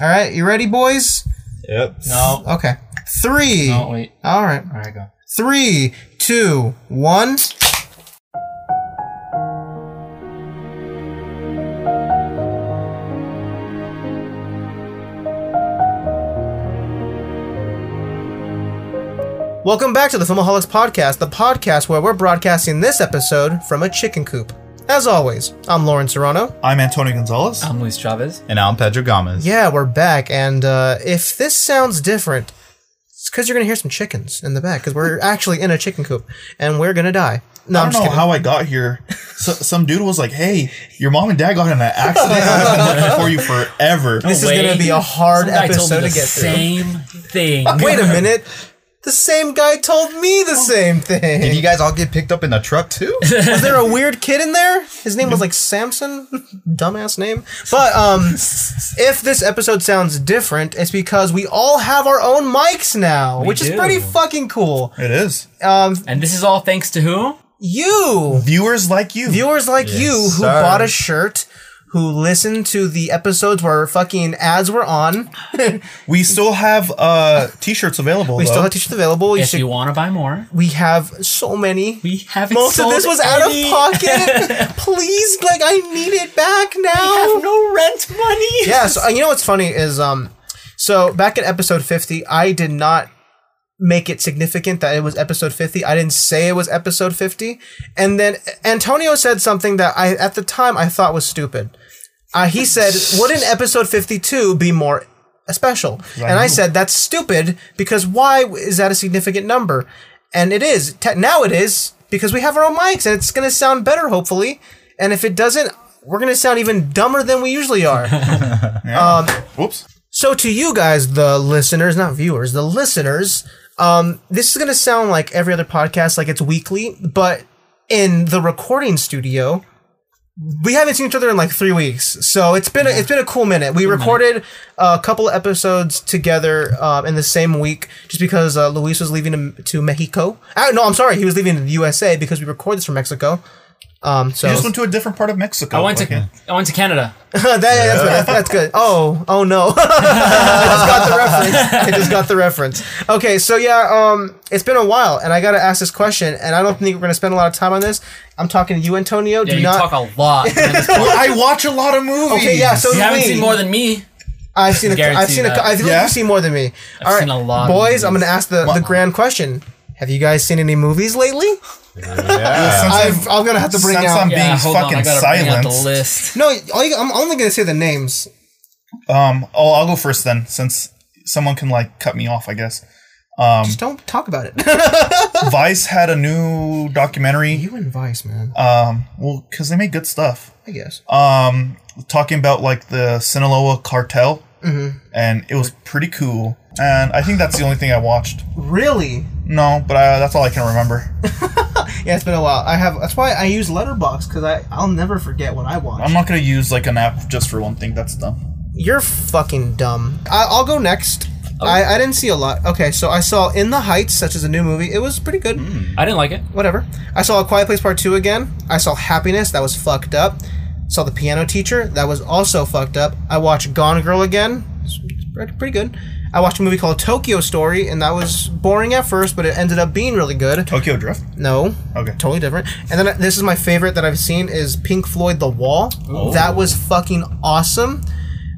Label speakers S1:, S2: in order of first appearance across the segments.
S1: All right, you ready, boys?
S2: Yep.
S3: No.
S1: Okay. Three.
S3: No, wait.
S1: All right.
S3: All right, go.
S1: Three, two, one. Welcome back to the Filmaholics Podcast, the podcast where we're broadcasting this episode from a chicken coop. As always, I'm Lauren Serrano.
S2: I'm Antonio Gonzalez.
S3: Um, I'm Luis Chavez.
S4: And I'm Pedro Gomez.
S1: Yeah, we're back, and uh, if this sounds different, it's because you're gonna hear some chickens in the back because we're actually in a chicken coop and we're gonna die. No,
S2: I
S1: I'm
S2: don't know
S1: just kidding.
S2: how I got here. So, some dude was like, "Hey, your mom and dad got in an accident. I've been looking for you forever."
S1: This is gonna be a hard
S3: Some guy told
S1: episode to
S3: me the
S1: get through.
S3: Same thing.
S1: Wait a minute. The same guy told me the same thing.
S4: Did you guys all get picked up in the truck too?
S1: was there a weird kid in there? His name was like Samson. Dumbass name. But um if this episode sounds different, it's because we all have our own mics now, which is
S3: do.
S1: pretty fucking cool.
S2: It is
S3: And this is all thanks to who?
S1: You
S2: viewers like you.
S1: viewers like you who
S4: sir.
S1: bought a shirt who listened to the episodes where fucking ads were on.
S2: we still have uh, t-shirts available.
S1: We
S2: though.
S1: still have teachers available. You
S3: If
S1: should,
S3: you want to buy more,
S1: we have so many.
S3: we haven't
S1: Most of
S3: sold
S1: this was out
S3: any.
S1: of pocket. Please, like, I need it back
S3: I
S1: now.
S3: have no rent money.
S1: yeah, so uh, you know what's funny is um so back at episode 50, I did not make it significant that it was episode 50. I didn't say it was episode 50. And then Antonio said something that I at the time I thought was stupid. Uh, he said, "Wouldn't episode 52 be more special?" And I said, "That's stupid because why is that a significant number?" And it is. Te- now it is because we have our own mics and it's going to sound better hopefully. And if it doesn't, we're going to sound even dumber than we usually are.
S2: Whoops.
S1: So to you guys, the listeners, not viewers, the listeners, um, this is gonna sound like every other podcast, like it's weekly, but in the recording studio, we haven't seen each other in like three weeks. So it's been a, it's been a cool minute. We recorded a couple of episodes together uh, in the same week, just because uh, Luis was leaving to, to Mexico. Ah, no, I'm sorry, he was leaving to the USA because we recorded this from Mexico. Um, so
S2: You just went to a different part of Mexico.
S3: I went to
S2: Okay.
S3: I went to Canada.
S1: that, that's, good. that's good. Oh, oh no. I just got the reference. I just got the reference. Okay, so yeah, um, it's been a while, and I gotta ask this question, and I don't think we're gonna spend a lot of time on this. I'm talking to you, Antonio.
S3: Yeah,
S1: Do
S3: you
S1: not.
S3: talk a lot.
S2: I watch a lot of movies.
S1: okay, yeah. So
S3: you
S1: do
S3: haven't
S1: we.
S3: seen more than me.
S1: I've seen. A, I've
S3: Guarantee
S1: seen. A,
S3: that.
S1: I feel like
S2: Yeah?
S1: you've seen more than me. I've
S3: seen a lot of
S1: boys. I'm
S3: movies.
S1: gonna ask the, the grand question. Have you guys seen any movies lately?
S2: Uh, Since
S1: I've, I'm gonna have to bring
S2: since
S1: out.
S2: I'm
S3: Yeah,
S2: being
S3: hold on. I
S2: fucking
S3: gotta bring out the
S2: silenced.
S3: list.
S1: no, all you, I'm only gonna say the names.
S2: Um, oh, I'll go first then, since someone can like cut me off. I guess.
S1: Just don't talk about it.
S2: Vice had a new documentary.
S1: you and Vice, man.
S2: Um, well, because they make good stuff.
S1: I guess.
S2: Um, talking about like the Sinaloa cartel,
S1: Mm-hmm.
S2: and it was pretty cool. And I think that's the only thing I watched.
S1: really?
S2: No, but I, that's all I can remember.
S1: Yeah, it's been a while. I have. That's why I use Letterbox because I I'll never forget what I watch.
S2: I'm not gonna use like an app just for one thing. That's dumb.
S1: You're fucking dumb. Oh. I, I'll go next. I, I didn't see a lot. Okay, so I saw In the Heights, such as a new movie. It was pretty good.
S3: I didn't like it.
S1: Whatever. I saw A Quiet Place Part Two again. I saw Happiness. That was fucked up. Saw The Piano Teacher. That was also fucked up. I watched Gone Girl again. It's it's pretty pretty good. I watched a movie called Tokyo Story, and that was boring at first, but it ended up being really good.
S2: Tokyo Drift.
S1: No.
S2: Okay.
S1: Totally different. And then uh, this is my favorite that I've seen is Pink Floyd The Wall.
S3: Oh.
S1: That was fucking awesome.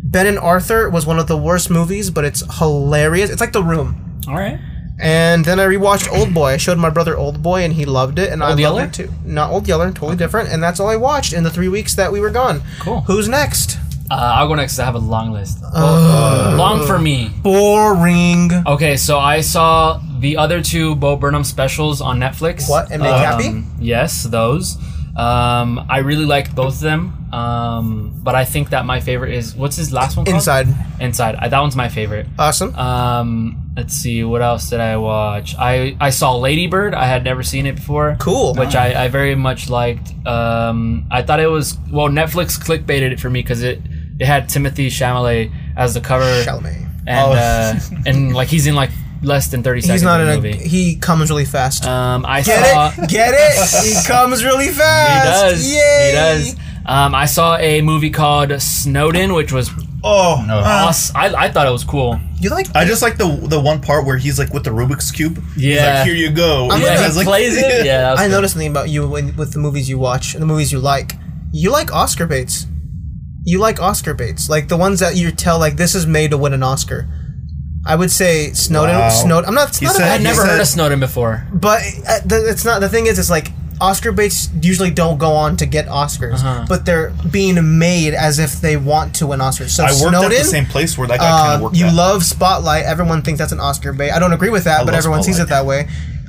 S1: Ben and Arthur was one of the worst movies, but it's hilarious. It's like The Room.
S3: All right.
S1: And then I rewatched Old Boy. I showed my brother Old Boy, and he loved it, and I loved
S3: Old Yeller?
S1: it too. Not Old Yeller, totally different. And that's all I watched in the three weeks that we were gone.
S3: Cool.
S1: Who's next?
S3: Uh, I'll go next. 'cause I have a long list.
S1: Uh.
S3: long for me.
S1: Boring.
S3: Okay, so I saw the other two Bo Burnham specials on Netflix. Um,
S1: What? And make happy?
S3: Yes, those. Um, I really liked both of them. Um, but I think that my favorite is what's his last one called?
S1: Inside.
S3: Inside. Uh, that one's my favorite.
S1: Awesome.
S3: Um, let's see, what else did I watch? I I saw Ladybird. I had never seen it before.
S1: Cool.
S3: Which I, I very much liked. Um, I thought it was well, Netflix clickbaited it for me because it it had Timothy Chalamet as the cover,
S1: Chalamet.
S2: Oh.
S3: and uh, and like he's in like less than thirty seconds.
S1: He's not in
S3: of the
S1: a.
S3: movie.
S1: He comes really fast.
S3: Um, I saw.
S1: Get it? Get it? He comes really
S3: He
S1: fast.
S3: does.
S1: Yay.
S3: He does. Um, I saw a movie called Snowden, which was
S2: Oh
S4: No.
S2: ah.
S3: Awes- I, I thought it was cool.
S1: You like?
S2: I just like the the one part where he's like with the Rubik's cube. He's
S3: Yeah.
S2: like, here you go.
S1: I'm
S2: And
S1: gonna-
S3: Yeah,
S2: it's
S3: he
S2: like-
S3: plays it. Yeah, that was
S1: I
S3: good.
S1: noticed something about you when, with the movies you watch and the movies you like. You like Oscar baits. You like Oscar baits, like the ones that you tell like this is made to win an Oscar. I would say Snowden.
S2: Wow.
S1: Snowden. I'm not. It's
S2: He
S1: not a
S2: said-
S1: bad
S3: I'd
S2: he
S1: name,
S3: never
S2: said-
S3: heard of Snowden before.
S1: but uh, the, it's not. The thing is, it's like Oscar baits usually don't go on to get Oscars,
S3: Uh-huh.
S1: but they're being made as if they want to win Oscars. So
S2: I worked
S1: Snowden.
S2: at the same place where that guy kind
S1: Uh,
S2: of worked.
S1: you
S2: at.
S1: love Spotlight. Everyone thinks that's an Oscar bait. I don't agree with that, but
S2: love
S1: everyone sees it that way.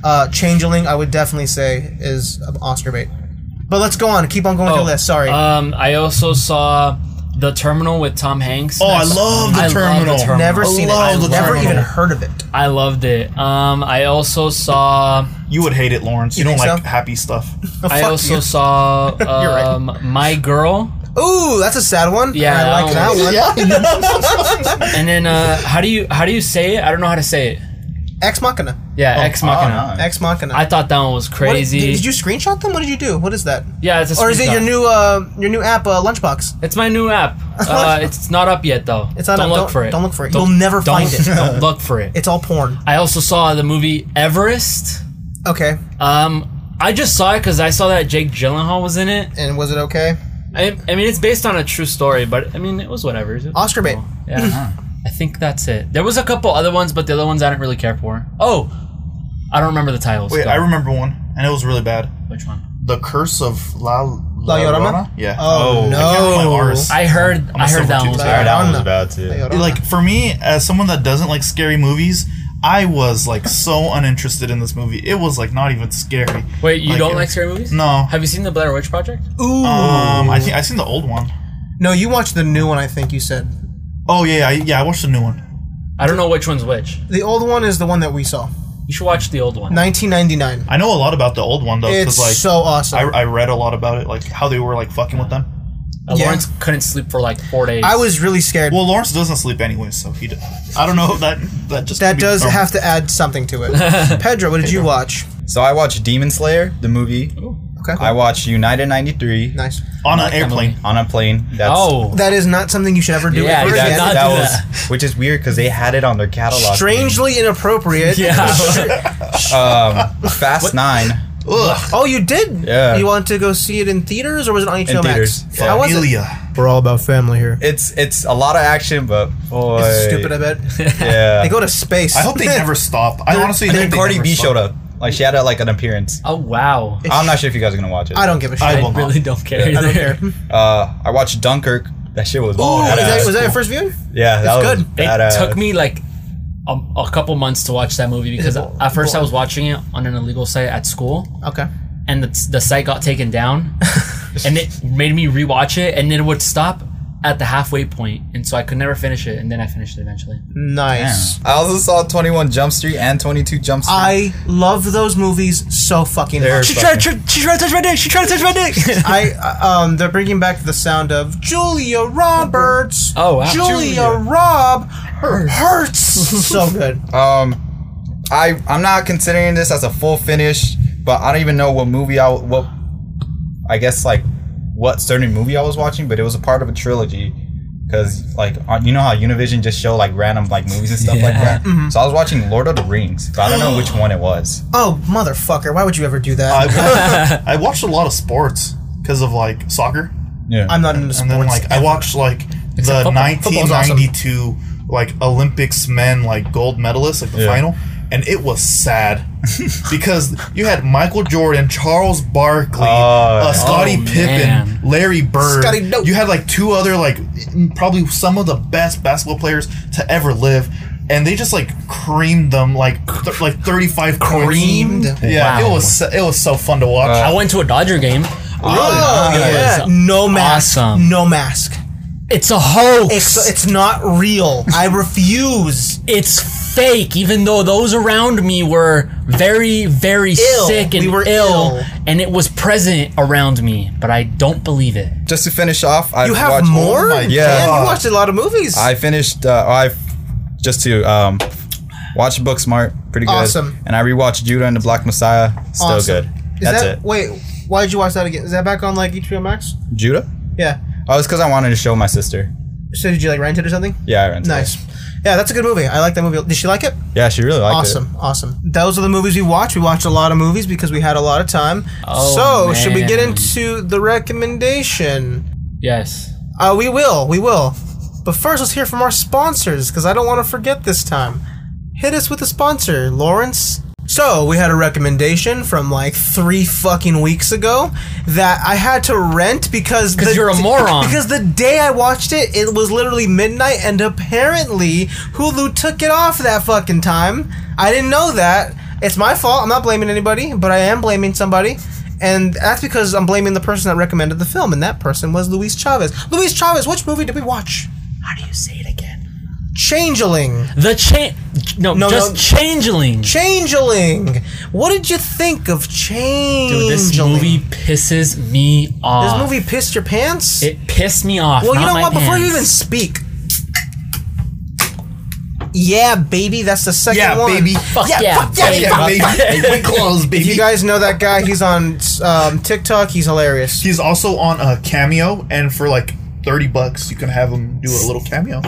S1: Uh, Changeling, I would definitely say, is an Oscar bait. But let's go on. Keep on going through the list. Sorry.
S3: Um, I also saw The Terminal with Tom Hanks.
S2: Oh, I
S3: That's-
S2: love The
S3: I
S2: Terminal.
S1: Never
S2: I
S1: seen it.
S2: love The
S1: Never
S2: Terminal.
S1: even heard of it.
S3: I loved it. Um, I also saw.
S2: You would hate it, Lawrence. You,
S1: You
S2: don't
S1: think
S2: like
S1: so?
S2: happy stuff.
S3: I
S1: Oh, Fuck
S3: also
S1: you.
S3: saw
S1: right.
S3: um, My Girl,
S1: Ooh, that's a sad one.
S3: Yeah,
S1: I like that
S3: that
S1: one.
S3: and then uh, how do you how do you say it? I don't know how to say it.
S1: Ex Machina.
S3: Yeah, Ex Machina.
S4: Oh, nice.
S1: Ex Machina.
S3: I thought that one was
S1: What-
S3: crazy.
S1: did, did you screenshot them? What did you do? What is that?
S3: yeah, it's a
S1: Or is it
S3: screenshot.
S1: your new uh, your new app, uh, Lunchbox?
S3: It's my new app. Uh, it's not up yet though.
S1: It's not up.
S3: Don't look
S1: Don't-
S3: for it.
S1: don't look for it. You'll never
S3: don't-
S1: find it.
S3: Don't look for it.
S1: It's all porn.
S3: I also saw the movie Everest.
S1: Okay.
S3: Um, I just saw it because I saw that Jake Gyllenhaal was in it.
S1: And was it okay?
S3: I, I mean, it's based on a true story, but I mean, it was whatever. It was
S1: Oscar bait.
S3: Yeah. I think that's it. There was a couple other ones, but the other ones I didn't really care for. Oh, I don't remember the titles.
S2: Wait,
S3: Go.
S2: I remember one, and it was really bad.
S3: which one.
S2: The Curse of La La,
S1: La Llorona?
S2: Yeah.
S1: Oh,
S4: Oh, I
S1: no.
S2: I can't remember my R's.
S3: I heard. I heard
S2: silver
S3: that one.
S2: tooth
S1: Yeah,
S2: guy.
S3: was bad.
S1: that
S4: that
S1: one
S4: one
S1: no.
S4: was bad too.
S1: Hey, hold on.
S2: like for me, as someone that doesn't like scary movies, I was like so uninterested in this movie. It was like not even scary.
S3: Wait, you
S2: Like,
S3: don't
S2: it-
S3: like scary movies?
S2: No.
S3: Have you seen the Blair Witch Project?
S1: Ooh.
S2: Um, I think I seen the old one.
S1: no, you watched the new one. I think you said
S2: Oh yeah, I, yeah, I watched the new one.
S3: I don't know which one's which.
S1: the old one is the one that we saw,
S3: You should watch the old one.
S1: 1999.
S2: I know a lot about the old one though,
S1: It's
S2: because Oh, like
S1: so awesome.
S2: I,
S1: I,
S2: I read a lot about it, like how they were like fucking with them.
S3: Uh,
S1: yeah.
S3: Lawrence couldn't sleep for like four days.
S1: was really scared.
S2: Well, Lawrence doesn't sleep anyway, so he. d- I don't know if that that just
S1: that does have to add something to it. Pedro, what did you watch?
S4: So I watched Demon Slayer, the movie.
S1: Okay,
S4: I watched United '93
S1: nice.
S2: on an
S3: that
S2: airplane.
S3: movie.
S4: on a plane. That's,
S3: oh,
S1: That is not something you should ever do.
S3: Yeah,
S1: with
S3: you
S1: your
S3: should
S1: kids.
S3: not
S4: that
S3: do
S4: was, which is weird because they had it on their catalog.
S1: Strangely inappropriate.
S3: yeah.
S4: um, Fast Nine.
S2: Ugh,
S1: Oh, you did.
S4: Yeah.
S1: You want to go see it in theaters or was it on HBO Max?
S4: theaters.
S1: I wasn't.
S2: Amelia.
S1: We're all about family here.
S4: It's it's a lot of action, but boy,
S1: It's stupid. I bet
S4: yeah.
S1: they go to space.
S2: I hope they never stop. I honestly
S4: and then
S2: hope they
S4: Cardi
S2: never
S4: B
S2: stop.
S4: showed up. Like she had a, like an appearance.
S3: oh wow.
S4: I'm not sure if you guys are gonna watch it.
S1: I don't give a shit.
S2: I
S3: I
S2: will not.
S3: really don't care.
S1: I don't
S3: either.
S1: care. Ooh,
S4: Uh, I watched Dunkirk. That shit was.
S1: was
S4: badass.
S1: that, was that your first viewing?
S4: yeah, that
S1: it's
S4: was
S1: good.
S3: It
S4: badass.
S3: took me like a, a couple months to watch that movie because
S1: bo-
S3: at first I
S1: boring?
S3: was watching it on an illegal site at school,
S1: Okay.
S3: and the, the site got taken down, and it made me rewatch it, and it would stop at the halfway point, and so I could never finish it, and then I finished it eventually.
S1: Nice.
S4: I also saw 21 Jump Street and 22 Jump Street.
S1: I love those movies so fucking
S4: They're
S1: much.
S4: She tried-
S3: she tried to touch my dick. She tried to touch my dick.
S1: I um, they're bringing back the sound of Julia Roberts.
S3: Oh, wow.
S1: Julia,
S4: Julia.
S1: Rob hurts so good.
S4: um, I I'm not considering this as a full finish, but I don't even know what movie I what I guess like what certain movie I was watching, but it was a part of a trilogy. Cause like on- you know how Univision just show like random like movies and stuff like
S3: Yeah.
S4: that.
S1: Mm-hmm.
S4: So I was watching Lord of the Rings, but I don't know which one it was.
S1: Oh motherfucker! Why would you ever do that?
S2: I, I watched a lot of sports because of like soccer,
S4: Yeah,
S1: I'm not into
S2: and
S1: sports.
S2: then like I watched like the
S3: football.
S1: Football's awesome.
S2: 1992 like Olympics men like gold medalist like the
S4: Yeah.
S2: final, and it was sad because you had Michael Jordan, Charles Barkley,
S4: Oh,
S2: uh, Scottie
S3: Oh,
S2: Pippen,
S3: man.
S2: Larry Bird.
S1: Scotty Dope.
S2: You had like two other like probably some of the best basketball players to ever live. And they just like creamed them like th- like thirty five
S1: Creamed?
S2: Yeah,
S3: Wow.
S2: it was so, it was so fun to watch.
S3: I went to a Dodger game.
S1: oh,
S3: It
S1: yeah.
S3: was
S1: no mask.
S3: awesome.
S1: No mask.
S3: It's a hoax.
S1: It's it's not real. I refuse.
S3: it's fake even though those around me were very very sick and
S1: We were
S3: ill,
S1: ill.
S3: and it was present around me but i don't believe it
S4: just to finish off, I
S1: You have
S4: watched,
S1: more?
S2: my
S4: Yeah.
S1: Damn, you watched a lot of movies.
S4: I finished. Uh, I just to um, watch Booksmart, pretty good.
S1: Awesome.
S4: And I rewatched Judah and the Black Messiah, still
S1: Awesome.
S4: good.
S1: Is
S4: That's
S1: that,
S4: it.
S1: Wait, why did you watch that again? Is that back on like HBO Max?
S4: Judah?
S1: Yeah.
S4: Oh, it's because I wanted to show my sister.
S1: So did you like rent it or something?
S4: Yeah, I rented. it.
S1: Nice. Yeah, that's a good movie. I like that movie. Did she like it?
S4: Yeah, she really liked it.
S1: awesome, awesome. Those are the movies we watched. We watched a lot of movies because we had a lot of time.
S3: Oh,
S1: so should we get
S3: man.
S1: into the recommendation?
S3: Yes.
S1: Uh, we will, we will. But first, let's hear from our sponsors because I don't want to forget this time. Hit us with a sponsor, Lawrence. So we had a recommendation from like three fucking weeks ago that I had to rent because
S3: 'Cause
S1: the-
S3: you're a moron.
S1: Because the day I watched it, it was literally midnight, and apparently Hulu took it off that fucking time. I didn't know that. It's my fault. I'm not blaming anybody, but I am blaming somebody. And that's because I'm blaming the person that recommended the film, and that person was Luis Chavez. Luis Chavez, which movie did we watch?
S3: How do you say it again?
S1: Changeling.
S3: The chain. No,
S1: No,
S3: just
S1: no.
S3: changeling.
S1: Changeling. What did you think of Changeling?
S3: Dude, this movie pisses me
S1: This
S3: off.
S1: movie pissed your pants.
S3: It pissed me off.
S1: well, you
S3: not
S1: know
S3: my
S1: what? Before you
S3: pants.
S1: even speak. Yeah, baby, that's the second
S2: Yeah,
S1: one.
S2: baby.
S3: Fuck yeah,
S1: fuck yeah,
S3: baby.
S1: yeah,
S2: Yeah, baby. Went close,
S1: If
S2: baby.
S1: you guys know that guy, he's on um, TikTok. He's hilarious.
S2: He's also on a cameo, and for like thirty bucks, you can have him do a little cameo.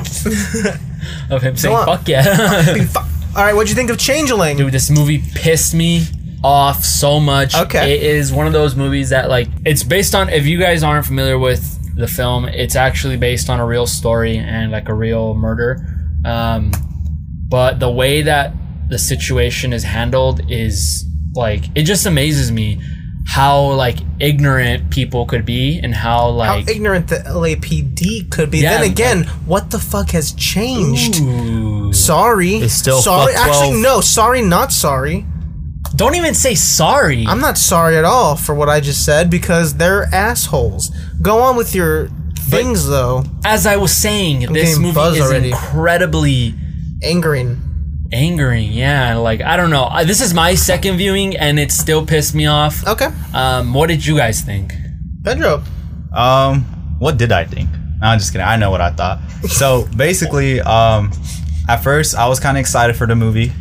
S3: of him saying
S1: on.
S3: fuck yeah.
S1: Fuck. All right, what'd you think of Changeling?
S3: Dude, this movie pissed me off so much.
S1: Okay.
S3: It is one of those movies that like it's based on if you guys aren't familiar with the film, it's actually based on a real story and like a real murder. Um but the way that the situation is handled is like it just amazes me how like ignorant people could be and how
S1: How
S3: like
S1: ignorant the LAPD could be.
S3: Yeah,
S1: then
S3: like-
S1: again, what the fuck has changed?
S3: Ooh.
S1: Sorry.
S4: It's still
S1: sorry.
S4: fuck
S1: Actually,
S4: 12.
S1: no. Sorry, not sorry.
S3: Don't even say sorry.
S1: I'm not sorry at all for what I just said because they're assholes. Go on with your things though.
S3: As I was saying, this
S1: getting
S3: movie
S1: buzzed
S3: is
S1: already.
S3: incredibly
S1: Angering.
S3: angering yeah like i don't know I, this is my second viewing and it still pissed me off
S1: Okay,
S3: um what did you guys think
S1: Pedro.
S4: Um, what did I think? No, I'm just kidding. I know what I thought. So basically, um, at first I was kind of excited for the movie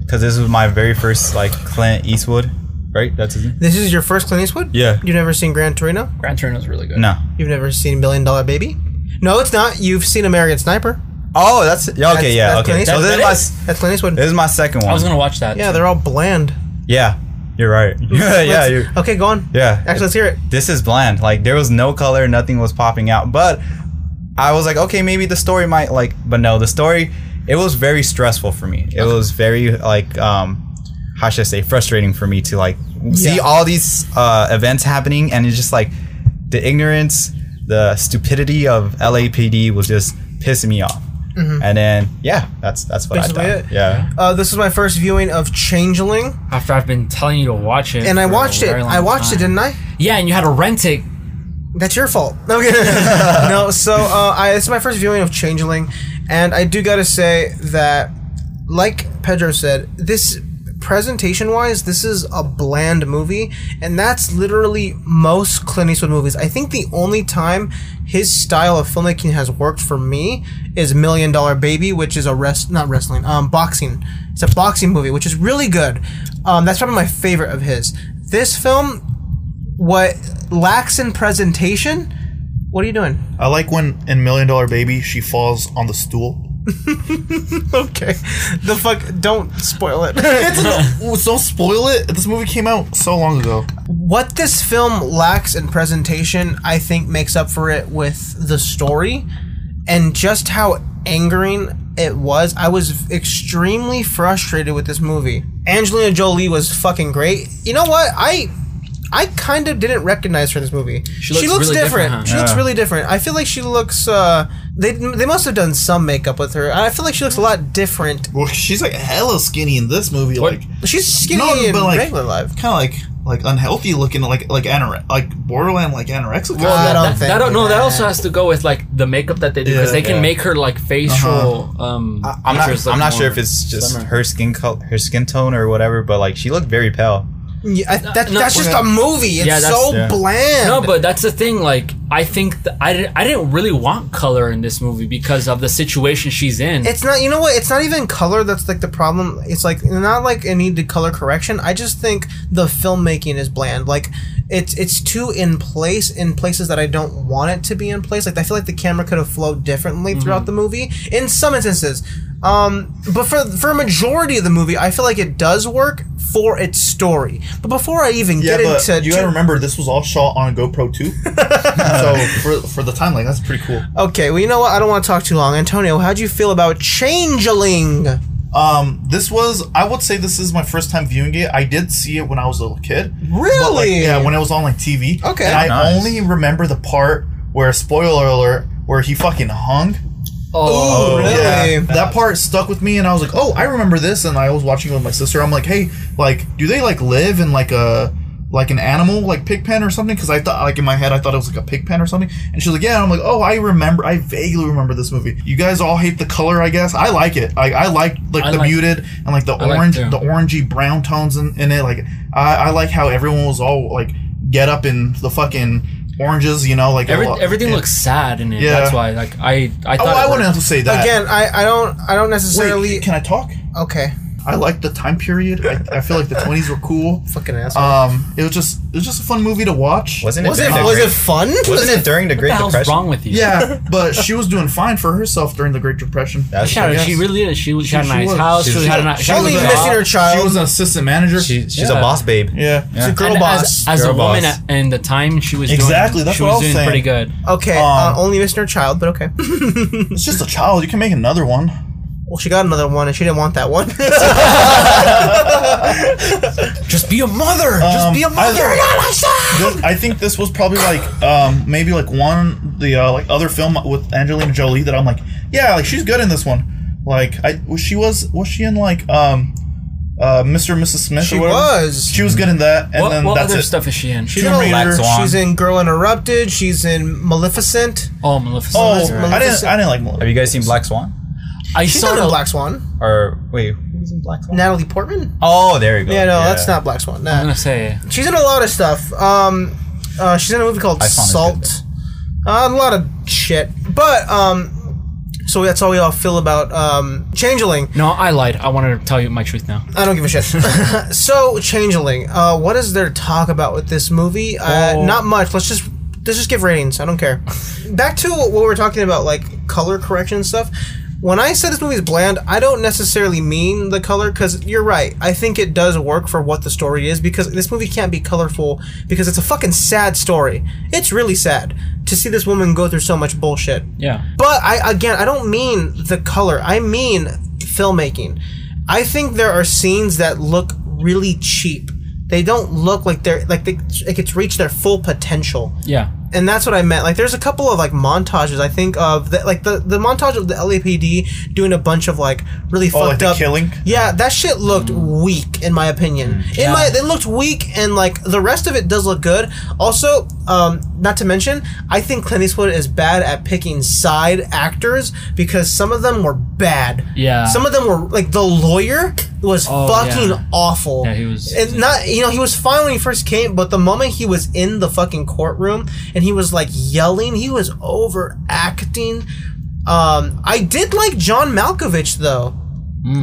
S4: because this was my very first like Clint Eastwood, right? That's his name.
S1: This is your first Clint Eastwood.
S4: Yeah.
S1: You've never seen Gran Torino.
S3: gran torino's really good
S4: No.
S1: You've never seen Million Dollar Baby. No, it's not. You've seen American Sniper.
S4: Oh, that's yeah.
S1: That's-
S4: Okay, yeah.
S1: that's
S4: Okay.
S1: Clint
S4: So
S1: Eastwood.
S4: this is
S3: That
S4: my
S3: is.
S4: s-
S1: That's Clint Eastwood.
S4: this is my second
S3: i was
S4: one.
S3: gonna watch that
S1: Yeah,
S3: too.
S1: they're all bland.
S4: Yeah, you're right. yeah, yeah.
S1: Let's-
S4: You're,
S1: Okay, go on.
S4: yeah.
S1: Actually, let's hear it.
S4: this is bland. Like there was no color, nothing was popping out. But I was like, okay, maybe the story might like, but no, the story it was very stressful for me. It was very like um how should I say frustrating for me to like see
S1: Yeah.
S4: all these uh events happening and it's just like the ignorance, the stupidity of LAPD was just pissing me off. And then yeah, that's that's what
S1: Mm-hmm. Basically
S4: I
S1: it.
S4: thought. Yeah.
S1: Uh, this is my first viewing of Changeling,
S3: after i've been telling you to watch it
S1: and I
S3: for a
S1: watched it.
S3: very long
S1: I watched it,
S3: time.
S1: didn't I?
S3: yeah and you had to rent it
S1: That's your fault. Okay. no, so uh, I, this is my first viewing of Changeling, and I do gotta say that, like Pedro said, this presentation wise, this is a bland movie, and that's literally most Clint Eastwood movies. I think the only time his style of filmmaking has worked for me is Million Dollar Baby, which is a rest not wrestling, um, boxing. It's a boxing movie, which is really good. Um, that's probably my favorite of his. This film what lacks in presentation. What are you doing?
S2: I like when in Million Dollar Baby she falls on the stool.
S1: Okay, the fuck. Don't spoil it.
S2: It's no, don't spoil it. This movie came out so long ago.
S1: what this film lacks in presentation, I think, makes up for it with the story and just how angering it was. I was extremely frustrated with this movie. Angelina Jolie was fucking great. You know what? I I kind of didn't recognize her in this movie. She
S3: looks really different, huh?
S1: She looks
S4: Yeah.
S1: really different. I feel like she looks. Uh, they they must have done some makeup with her. I feel like she looks a lot different.
S2: Well, she's like hella skinny in this movie.
S3: What?
S2: Like
S1: She's skinny
S2: No,
S1: in
S2: but, like,
S1: regular life.
S2: kind of like like unhealthy looking, like like anore- like borderline like anorexic.
S1: Well, uh, I don't
S3: that,
S1: think
S3: that don't no that
S1: that-
S3: also has to go with like the makeup that they do because
S2: Yeah,
S3: they can
S4: yeah.
S3: make her like facial
S1: Uh-huh.
S3: um
S4: I'm
S3: features look
S4: not. I'm not
S3: more
S4: sure if it's just
S3: slimmer.
S4: her skin color, her skin tone, or whatever. But like, she looked very pale.
S1: Yeah, I, that,
S3: no,
S1: that's just
S2: okay.
S1: a movie. It's
S3: Yeah, that's-
S1: so
S4: yeah.
S1: bland.
S3: no but that's the thing like I think th- I didn't. I didn't really want color in this movie because of the situation she's in.
S1: It's not. You know what? It's not even color that's like the problem. It's like not like a need to color correction. I just think the filmmaking is bland. Like it's it's too in place in places that I don't want it to be in place. Like I feel like the camera could have flowed
S2: Mm-hmm.
S1: differently throughout the movie in some instances. Um, but for for a majority of the movie, I feel like it does work for its story. But before I even
S2: Yeah,
S1: get
S2: but
S1: into
S2: you
S1: too-
S2: gotta remember this was all shot on a GoPro too. so for, for the timeline, that's pretty cool.
S1: okay, well you know what? I don't want to talk too long. Antonio, how'd you feel about Changeling?
S2: Um, this was I would say this is my first time viewing it. I did see it when I was a little kid. But, like,
S1: Really?
S2: yeah, when it was on like TV.
S1: Okay.
S2: And I
S4: Nice.
S2: only remember the part where spoiler alert, where he fucking hung.
S1: Oh, really?
S2: Yeah, that part stuck with me, and I was like, "Oh, I remember this." And I was watching it with my sister. I'm like, "Hey, like, do they like live in like a like an animal, like pig pen or something?" Because I thought, like in my head, I thought it was like a pig pen or something. And she's like, "Yeah." And I'm like, "Oh, I remember. I vaguely remember this movie. You guys all hate the color, I guess. I like it. Like, I like like
S3: I
S2: the
S3: like-
S2: muted and like the
S3: like
S2: orange,
S3: too.
S2: the orangey brown tones in, in it. Like, I, I like how everyone was all like get up in the fucking oranges, you know, like
S3: Every,
S2: a lot-
S3: everything
S2: and-
S3: looks sad in it.
S2: Yeah.
S3: That's why. Like I, I
S2: Oh,
S3: thought.
S2: I
S3: it
S2: wouldn't
S3: worked.
S2: have to say that.
S1: Again, I, I don't I don't necessarily
S2: Wait, can I talk?
S1: Okay.
S2: I like the time period. I, I feel like the twenties were cool.
S1: Fucking asshole.
S2: Um, it was just it was just a fun movie to watch.
S4: Wasn't it?
S1: was it
S4: during the
S1: was
S4: Great-
S1: it fun?
S4: Wasn't it during the
S3: What the
S4: Great
S3: hell's
S4: Depression?
S3: wrong with you?
S2: Yeah, but she was doing fine for herself during the Great Depression.
S4: That's
S3: She, had,
S4: true.
S2: guess.
S3: she really did. She, she, had a
S2: she
S3: nice
S2: was-
S3: house. She,
S4: she was-
S3: had a nice. She
S1: Only
S3: had a
S1: missing her
S3: job.
S1: child.
S2: Uh, she was an assistant manager.
S4: She, she's
S3: Yeah.
S4: a boss babe.
S2: yeah.
S4: Yeah.
S1: She's a girl
S3: And
S1: boss.
S3: As, as a
S4: Girl
S3: woman
S4: boss.
S3: at- in the time she was
S2: Exactly,
S3: doing,
S2: that's
S3: she
S2: what
S3: was
S2: I was
S3: doing
S2: saying.
S3: pretty good.
S1: okay, uh,
S2: um,
S1: only missing her child, but okay.
S2: It's just a child. You can make another one.
S1: well, she got another one, and she didn't want that one.
S3: Just be a mother.
S2: Um,
S3: just be a mother.
S2: I, this- I think this was probably like um, maybe like one the uh, like other film with Angelina Jolie that I'm like yeah like she's good in this one. Like I was she was was she in like um uh Mr. and Mrs. Smith?
S1: she
S2: or whatever?
S1: was.
S2: She was good in that, and
S3: what
S2: then
S3: what
S2: that's
S3: other
S2: it.
S3: stuff is she in?
S2: Tomb Raider.
S1: She's in Girl Interrupted. She's in Maleficent.
S3: oh, Maleficent.
S2: Oh,
S1: That's
S2: I didn't.
S1: Maleficent.
S2: I didn't like. Maleficent.
S4: Have you guys seen Black Swan?
S3: I
S1: She's
S3: saw
S1: not
S3: the
S1: in Black Swan.
S4: Or wait, who was in Black Swan?
S1: Natalie Portman.
S4: Oh, there you go.
S1: Yeah, no, that's not Black Swan.
S3: I'm
S1: Nah.
S3: gonna say
S1: She's in a lot of stuff. Um, uh, she's in a movie called
S4: I found it
S1: Salt.
S4: good,
S1: Uh, a lot of shit, but um, so that's how we all feel about um, Changeling.
S3: no. I lied. I wanted to tell you my truth now.
S1: I don't give a shit. so, Changeling, uh, what is there to talk about with this movie? Uh,
S3: Oh.
S1: Not much. Let's just let's just give ratings. I don't care. Back to what we were talking about, like color correction and stuff. When I said this movie is bland, I don't necessarily mean the color because you're right. I think it does work for what the story is because this movie can't be colorful because it's a fucking sad story. It's really sad to see this woman go through so much bullshit.
S3: Yeah.
S1: But I again, I don't mean the color. I mean filmmaking. I think there are scenes that look really cheap. They don't look like they're like they like it's reached their full potential.
S3: Yeah.
S1: And that's what I meant. Like there's a couple of like montages I think of that like the the montage of the LAPD doing a bunch of like really
S2: Oh,
S1: fucked
S2: like the
S1: up
S2: killing?
S1: Yeah, that shit looked
S3: Mm.
S1: weak in my opinion. In my it looked weak and like the rest of it does look good. Also, um not to mention, I think Clint Eastwood is bad at picking side actors because some of them were bad.
S3: Yeah.
S1: Some of them were like the lawyer was
S3: Oh,
S1: fucking
S3: yeah.
S1: awful.
S3: Yeah, he was-
S1: And not you know he was fine when he first came, but the moment he was in the fucking courtroom and he was like yelling, he was overacting. Um, I did like John Malkovich though.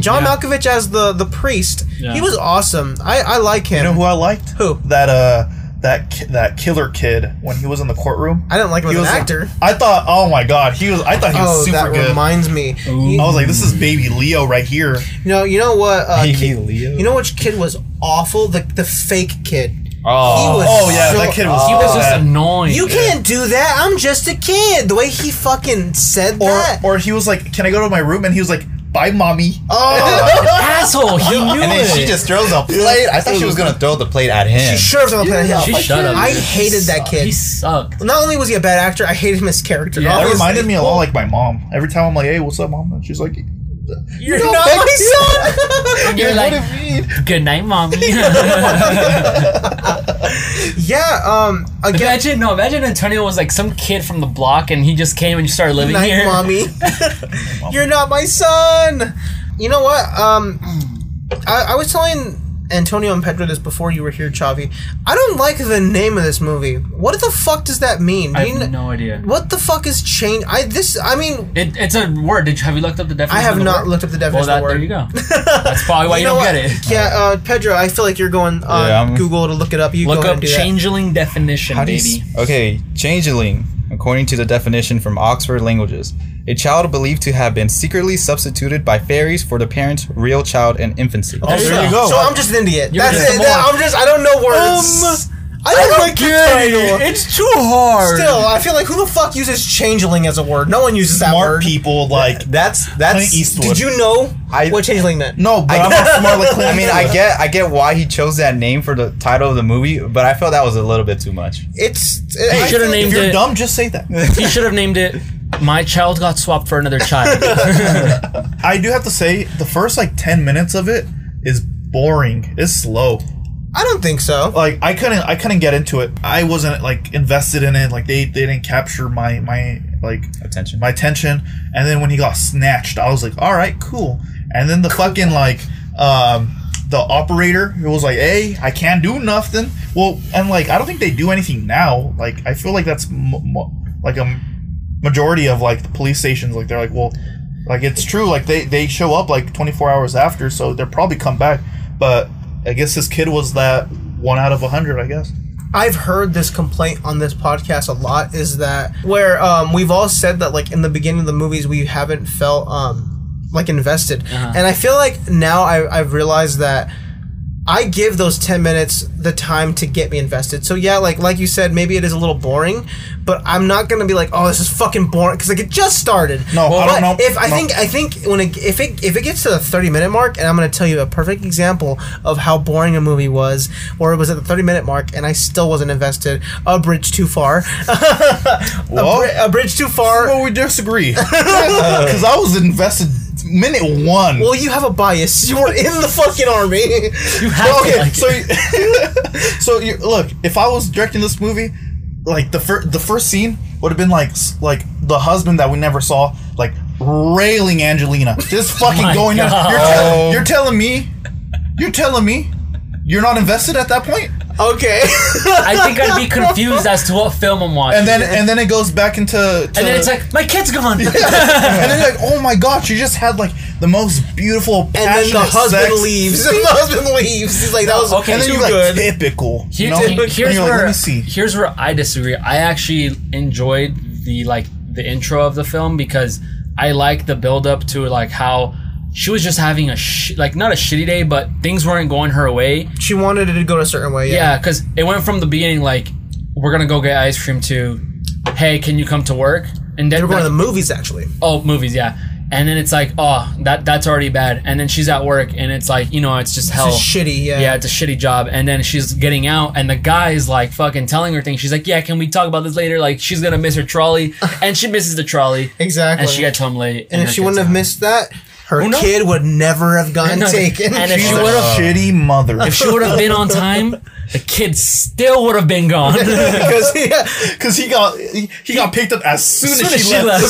S1: John
S3: yeah.
S1: Malkovich as the the priest.
S3: Yeah.
S1: He was awesome. I I like him.
S2: You know who I liked?
S1: Who?
S2: That uh, that ki- that killer kid when he was in the courtroom.
S1: I didn't like him
S2: He
S1: as an
S2: was
S1: actor.
S2: I thought, oh my god, he was. I thought he was
S1: Oh,
S2: super
S1: that
S2: good.
S1: reminds me. You,
S2: I was like, this is baby Leo right here.
S1: you know, you know what? Uh,
S4: Hey, Leo.
S1: you know which kid was awful? The the fake kid.
S4: oh,
S1: He was
S2: Oh yeah,
S1: so
S2: that kid was.
S3: He was just
S2: bad.
S3: annoying.
S1: You can't do that. I'm just a kid. The way he fucking said that.
S2: Or or he was like, can I go to my room? And he was like, bye, mommy.
S1: oh,
S3: asshole. He knew
S4: and then
S3: it.
S4: she just throws a plate. I thought she was gonna throw the plate at him.
S1: she sure was on the planet
S2: Yeah,
S1: Hell.
S3: She
S2: I
S3: shut up.
S1: I
S3: dude.
S1: hated that
S3: Sucked. He
S1: kid.
S3: sucked.
S1: Not only was he a bad actor, I hated him as character.
S3: Yeah, that
S2: That
S1: obviously.
S2: reminded me a lot like my mom. Every time I'm like, hey, what's up, mom? And she's like,
S1: You're not my son.
S3: You're like, good night, mommy.
S1: yeah. Um. Again,
S3: imagine, no, imagine Antonio was like some kid from the block and he just came and started living
S1: night,
S3: here.
S1: mommy. You're not my son. You know what? Um, I, I was telling Antonio and Pedro this before you were here, Chavi. I don't like the name of this movie. What the fuck does that mean? Do
S3: I
S1: you kn-
S3: have no idea.
S1: what the fuck is change? I this. I mean,
S3: It, it's a word. Did you have you looked up the definition?
S1: I have
S3: of the
S1: not
S3: word?
S1: looked up the
S3: Well,
S1: definition
S3: that,
S1: of the word.
S3: there you go. That's probably why you,
S1: know
S3: don't
S1: what?
S3: get it.
S1: Yeah, uh, Pedro, I feel like you're going on
S4: Yeah, I'm-
S1: Google to look it up. You
S3: Look
S1: go ahead
S3: up
S1: and do that.
S3: changeling definition,
S4: How do you
S3: baby.
S4: s- okay, changeling, according to the definition from Oxford Languages, a child believed to have been secretly substituted by fairies for the parent's real child in infancy.
S3: Oh,
S2: there you go.
S1: So I'm just an idiot.
S3: You're
S1: That's
S3: just a
S1: it.
S3: moron. Um,
S1: I'm just. I don't know words. I don't like the title.
S3: It's too hard.
S1: Still, I feel like who the fuck uses changeling as a word? No one uses that
S2: Smart
S1: word.
S2: people like
S4: That's
S2: Clint
S4: that's.
S2: Eastwood.
S1: Did you know
S4: I-
S1: what changeling meant?
S2: No, but I, am not smart like Clint
S4: I mean, I
S2: Eastwood.
S4: get I get why he chose that name for the title of the movie, but I felt that was a little bit too much.
S1: It's.
S3: They
S1: I
S3: should have
S1: feel-
S2: If
S3: named
S2: you're
S3: it.
S2: dumb, just say that.
S3: He should have named it. My child got swapped for another child.
S2: I do have to say, the first like ten minutes of it is boring. It's slow.
S1: I don't think so.
S2: Like I couldn't, I couldn't get into it. I wasn't like invested in it. Like they, they didn't capture my my like
S4: Attention.
S2: my attention. And then when he got snatched, I was like, all right, cool. And then the fucking like um the operator who was like, hey, I can't do nothing. Well, and like I don't think they do anything now. Like I feel like that's m- m- like a m- majority of like the police stations. Like they're like, well, like it's true. Like they they show up like 24 hours after, so they'll probably come back. But I guess this kid was that one out of a hundred. I guess.
S1: I've heard this complaint on this podcast a lot is that where um, we've all said that like in the beginning of the movies we haven't felt um, like invested,
S2: Uh-huh.
S1: and I feel like now I, I've realized that I give those ten minutes the time to get me invested. So yeah, like like you said, maybe it is a little boring, but I'm not gonna be like, oh, this is fucking boring because like it just started.
S2: No, I don't
S1: but
S2: know.
S1: If I
S2: No.
S1: think I think when it, if it if it gets to the 30 minute mark, and I'm going to tell you a perfect example of how boring a movie was, where it was at the 30 minute mark and I still wasn't invested. A bridge too far. a, Bri- a bridge too far.
S2: Well, we disagree because I was invested minute one.
S1: Well, you have a bias. You were in the fucking army.
S3: you have to
S2: okay,
S3: like
S2: so
S3: it.
S2: you, so you, look, if I was directing this movie, like the first the first scene would have been like s- like the husband that we never saw, like railing Angelina, just
S3: Oh my
S2: fucking going. in.
S3: God.
S2: You're, tell- you're telling me, you're telling me, you're not invested at that point,
S1: okay.
S3: I think I'd be confused as to what film I'm watching.
S2: and then and then it goes back into. to-
S3: and then it's like my kid's gone.
S2: and then you're like, oh my god, she just had like the most beautiful,
S1: and then
S2: passionate
S1: the husband
S2: sex.
S1: leaves. The husband leaves. He's like, that was
S3: Okay,
S2: And then
S1: too
S2: you're like,
S1: good.
S2: typical. you
S3: Here-
S2: know?
S3: here-
S2: And
S3: here's
S2: you're like,
S3: where
S2: let me see.
S3: here's where I disagree. I actually enjoyed the like the intro of the film because I like the build up to like how she was just having a sh- like not a shitty day, but things weren't going her way.
S1: she wanted it to go a certain way. Yeah.
S3: Yeah, because it went from the beginning like we're gonna go get ice cream to hey, can you come to work? And then
S1: We're going to the movies actually.
S3: oh movies yeah. And then it's like, oh, that that's already bad. And then she's at work, and it's like, you know, it's just hell.
S1: It's shitty. Yeah.
S3: Oh. Yeah, it's a shitty job. And then she's getting out, and the guy's like fucking telling her things. She's like, "Yeah, can we talk about this later?" Like she's gonna miss her trolley, and she misses the trolley,
S1: Exactly.
S3: and she gets home late.
S1: And if
S3: her
S1: she
S3: kid's
S1: wouldn't have
S3: out.
S1: missed that, her
S3: knows?
S1: kid would never have gotten
S3: No,
S1: taken.
S3: and if
S2: She's "Oh."
S3: she
S2: a
S3: would have,
S2: shitty mother.
S3: if she would have been on time, the kid still would have been gone. As
S1: because yeah.
S2: Because he got he, he got picked up as soon,
S3: soon as she left.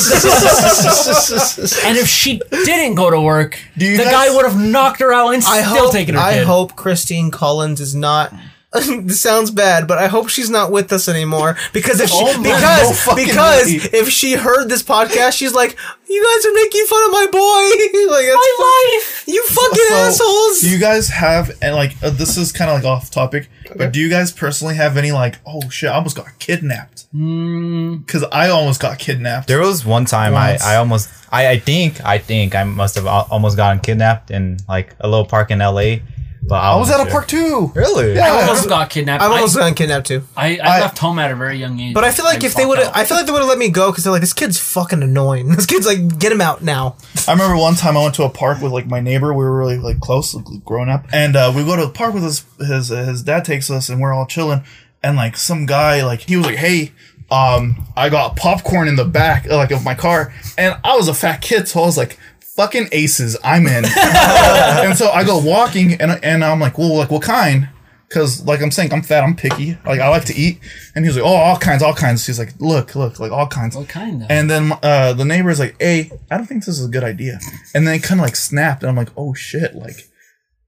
S3: and if she didn't go to work,
S2: Do you
S3: the
S2: guys-
S3: guy would have knocked her out and
S1: I
S3: still
S1: hope
S3: taken her
S1: I
S3: kid.
S1: hope Christine Collins is not. this sounds bad, but I hope she's not with us anymore because if she
S2: Oh my- no
S1: because
S2: fucking
S1: because
S2: way.
S1: if she heard this podcast, she's like, "You guys are making fun of my boy, like that's
S3: My
S1: fu-
S3: life.
S1: you fucking
S2: So,
S1: assholes."
S2: Do you guys have and like uh, this is kind of like off topic, but do you guys personally have any like oh shit I almost got kidnapped?
S3: Hmm.
S2: Because I almost got kidnapped.
S4: There was one time
S2: Once.
S4: I, I almost I, I think I think I must have al- almost gotten kidnapped in like a little park in L.A. But I,
S2: I was at a
S4: wasn't
S2: park
S4: sure.
S2: too.
S4: Really?
S2: Yeah.
S3: I almost got kidnapped.
S1: I
S3: I,
S1: almost got kidnapped too,
S3: I, I,
S2: I-
S3: left home at a very young age.
S1: but I feel like
S3: and
S1: if they
S3: walked
S1: would,
S3: out.
S1: I feel like they would have let me go because they're like, "This kid's fucking annoying. This kid's like, get him out now."
S2: I remember one time I went to a park with like my neighbor. We were really like close, like, growing up, and uh, we go to the park with his his uh, his dad takes us, and we're all chilling. And like some guy, like he was like, "Hey, um, I got popcorn in the back, uh, like of my car," and I was a fat kid, so I was like. Fucking aces, I'm in. and so I go walking, and and I'm like, well, like what kind? Because like I'm saying, I'm fat, I'm picky, like I like to eat. And he was like, oh, all kinds, all kinds. He's like, look, look, like all kinds.
S3: What kind of?
S2: And then uh, the neighbor's like, "Hey, I don't think this is a good idea." And then it kind of like snapped, and I'm like, "Oh shit!" Like,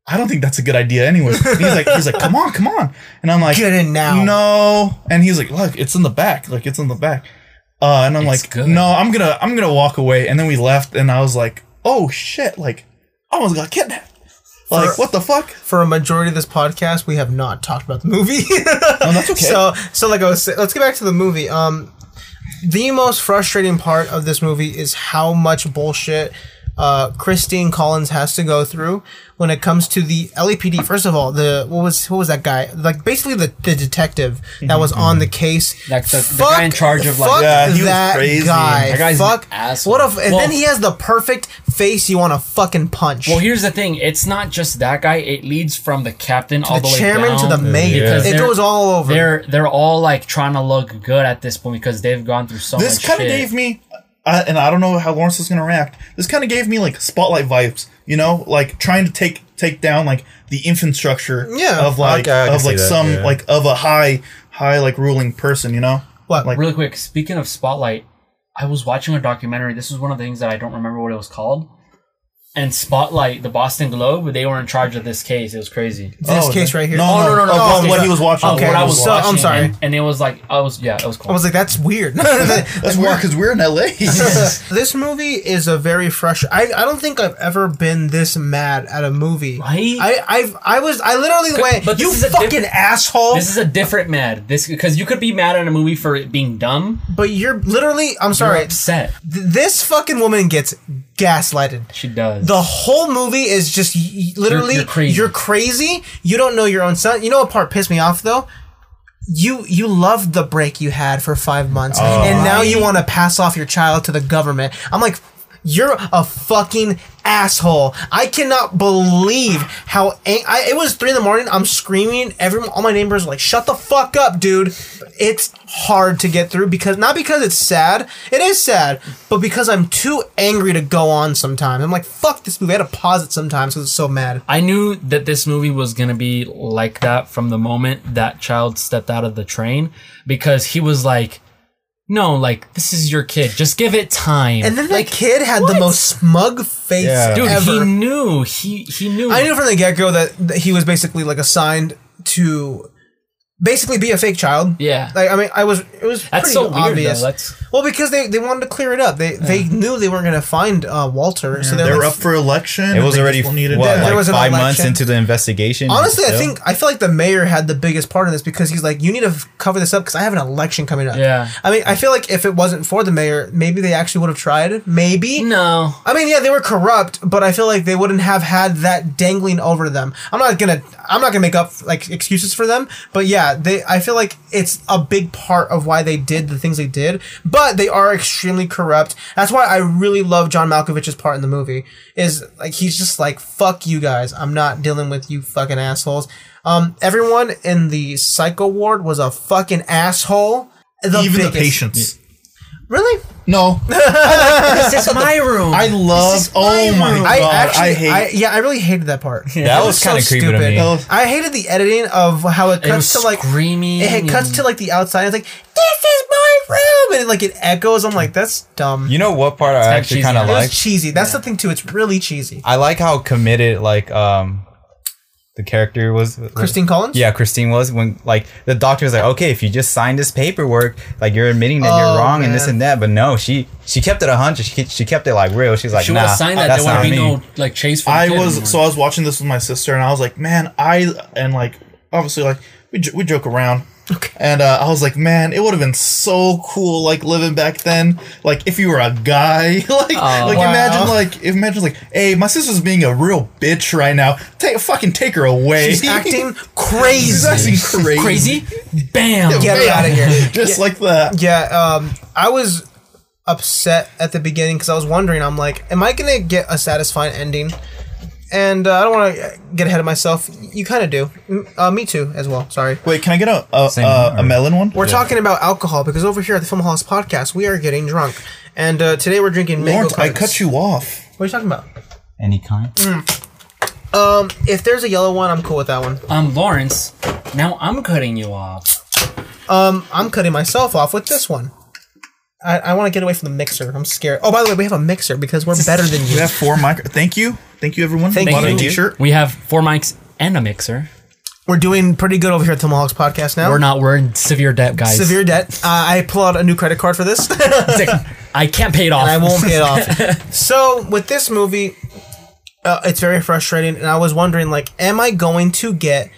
S2: I don't think that's a good idea anyway. And he's like, he's like, come on, come on. And I'm like,
S1: Get in now.
S2: No. And he's like, look, it's in the back. Like it's in the back. Uh, and I'm
S3: It's
S2: like,
S3: good.
S2: no, I'm gonna, I'm gonna walk away. And then we left, and I was like, oh shit, like I almost got kidnapped. Like
S1: For-
S2: what the fuck?
S1: for a majority of this podcast, we have not talked about the movie.
S2: No, that's okay.
S1: So, so like I was, say- let's get back to the movie. Um, the most frustrating part of this movie is how much bullshit uh, Christine Collins has to go through when it comes to the LAPD. First of all, the what was what was that guy? Like basically the, the detective that was on the case.
S3: Like Mm-hmm. the- the guy in charge of, like-
S1: fuck
S2: Yeah, he was
S1: that
S2: crazy.
S1: guy.
S3: That guy's an
S1: fuck
S3: asshole.
S1: What if? And
S3: Well-
S1: then he has the perfect face you want to fucking punch.
S3: Well, here's the thing. It's not just that guy. It leads from the captain all
S1: the
S3: the, way
S1: chairman to
S3: down
S1: the mayor.
S3: because
S1: It
S3: they're-
S1: goes all over.
S3: They're they're all like trying to look good at this point because they've gone through
S4: Oh,
S3: so
S2: this
S3: much
S2: kind of
S3: shit.
S2: gave me I and i don't know how lawrence is going to react this kind of gave me like spotlight vibes you know like trying to take take down like the infrastructure
S1: Yeah.
S2: of like
S4: Okay, I can
S2: of
S4: see
S2: like
S4: that,
S2: some
S4: yeah.
S2: like of a high high like ruling person you know
S1: What?
S2: like
S3: really quick. Speaking of Spotlight, I was watching a documentary. This was one of the things that I don't remember what it was called. And Spotlight, the Boston Globe, they were in charge of this case. It was crazy.
S1: this
S2: oh,
S1: case
S2: the-
S1: right here.
S2: no,
S1: Oh,
S2: no, no, no,
S1: no,
S2: oh,
S1: no,
S2: what
S1: no.
S2: he was watching
S3: Oh,
S1: Okay,
S3: what I was
S1: so I'm
S3: watching,
S1: sorry.
S3: And, and it was like I was yeah, it was
S1: I
S3: cool.
S1: was like, that's weird.
S2: that's weird because we're in la
S1: this movie is a very fresh. I, I don't think I've ever been this mad at a movie.
S3: Right?
S1: I I've, I was I literally the way
S3: but this
S1: you
S3: is a
S1: fucking
S3: different-
S1: asshole.
S3: this is a different mad. This because you could be mad at a movie for it being dumb.
S1: but you're literally. I'm
S3: You're
S1: sorry.
S3: upset.
S1: Th- this fucking woman gets gaslighted.
S3: She does.
S1: The whole movie is just y- y- literally
S3: you're crazy.
S1: you're crazy. You don't know your own son. You know what part pissed me off though? You you loved the break you had for five months,
S3: Oh,
S1: and now you want to pass off your child to the government. I'm like, you're a fucking asshole. I cannot believe how ang- I, it was three in the morning. I'm screaming. Every all my neighbors are like, shut the fuck up, dude. It's hard to get through because not because it's sad. It is sad, but because I'm too angry to go on. Sometimes I'm like, fuck this movie. I had to pause it sometimes because it's so mad.
S3: I knew that this movie was gonna be like that from the moment that child stepped out of the train because he was like, "No, like this is your kid. Just give it time."
S1: And then that kid had the most smug face
S4: Yeah.
S3: dude,
S1: ever.
S3: he knew. He he knew.
S1: I knew from the get go that, that he was basically like assigned to basically be a fake child.
S3: Yeah.
S1: Like I mean, I was it was
S3: That's
S1: pretty
S3: so weird,
S1: obvious.
S3: though. That's-
S1: well, because they, they wanted to clear it up. They they knew they weren't going to find uh, Walter, so they
S2: they
S1: were
S2: were
S1: like,
S2: up for election
S4: It was
S2: they
S4: already
S2: just needed
S4: what,
S1: There
S4: like
S1: was an
S4: five
S1: election.
S4: months into the investigation.
S1: Honestly, I
S4: still?
S1: think I feel like the mayor had the biggest part in this because he's like, you need to f- cover this up because I have an election coming up.
S3: Yeah.
S1: I mean, I feel like if it wasn't for the mayor, maybe they actually would have tried. Maybe.
S3: no.
S1: I mean, yeah, they were corrupt, but I feel like they wouldn't have had that dangling over them. I'm not gonna, I'm not gonna make up like excuses for them, but yeah, they. I feel like it's a big part of why they did the things they did. But they are extremely corrupt. That's why I really love John Malkovich's part in the movie. Is like he's just like, fuck you guys, I'm not dealing with you fucking assholes. Um, everyone in the psycho ward was a fucking asshole. The
S2: even the
S1: biggest-
S2: patients
S1: Really?
S2: no
S3: this is my room.
S2: i love oh my god
S1: I
S2: i,
S1: actually,
S2: hate
S1: yeah, I really hated that part.
S4: That
S1: It
S4: was kinda creepy to me. That
S2: was-
S1: I hated the editing of how it
S3: it was
S1: cuts to like
S3: screaming.
S1: it cuts to like the outside. It's like this is my room, and it, like it echoes. I'm like, that's dumb.
S4: you know what part I
S3: kinda
S4: actually
S3: cheesy.
S4: kind of
S3: It
S1: it was
S4: like.
S1: cheesy. That's the thing too. It's really cheesy.
S4: I like how committed like um the character was.
S1: Christine Collins.
S4: Yeah, Christine was when like the doctor was like, okay, if you just sign this paperwork, like you're admitting that
S1: Oh,
S4: you're wrong and this
S1: man.
S4: and that. But no, she she kept it a hundred. She she kept it like real. She's like,
S3: she
S4: nah,
S3: would have signed that.
S4: that's
S3: There would
S4: not
S3: be
S4: me.
S3: no like chase for. the
S2: I
S3: kid
S2: was
S3: anymore.
S2: so I was watching this with my sister, and I was like, man, I and like obviously like we j- we joke around.
S1: Okay.
S2: And uh, I was like, man, it would have been so cool, like living back then. Like if you were a guy, like like
S1: Oh, Wow.
S2: imagine like imagine like, hey, my sister's being a real bitch right now. Take fucking take her away.
S1: She's acting
S2: She's
S1: crazy.
S2: acting crazy.
S3: crazy. Bam.
S1: Get her out of here.
S2: Just like that.
S1: Yeah, um, I was upset at the beginning because I was wondering. I'm like, am I gonna get a satisfying ending? And uh, I don't want to get ahead of myself. You kind of do. M- Uh, me too, as well. Sorry.
S2: Wait, can I get a a,
S4: Same
S2: a,
S4: here,
S2: a
S4: or-
S2: melon one?
S1: We're talking about alcohol because over here at the Film Halls podcast, we are getting drunk, and uh, today we're drinking mango.
S2: Lawrence, I
S1: cartons.
S2: cut you off.
S1: What are you talking about?
S4: any kind.
S1: Mm. Um, if there's a yellow one, I'm cool with that one.
S3: I'm Lawrence. Now I'm cutting you off.
S1: Um, I'm cutting myself off with this one. I, I want to get away from the mixer. I'm scared. Oh, by the way, we have a mixer because we're better than
S2: We
S1: you.
S2: have four micro. Thank you Thank you, everyone.
S1: Thank
S2: Bought
S1: you.
S2: a t-shirt.
S3: We have four mics and a mixer.
S1: We're doing pretty good over here at Tomahawks Podcast now.
S3: We're not. We're in severe debt, guys.
S1: Severe debt. Uh, I pull out a new credit card for this.
S3: Sick. I can't pay it off.
S1: I won't pay it off. so with this movie, uh, it's very frustrating, and I was wondering, like, am I going to get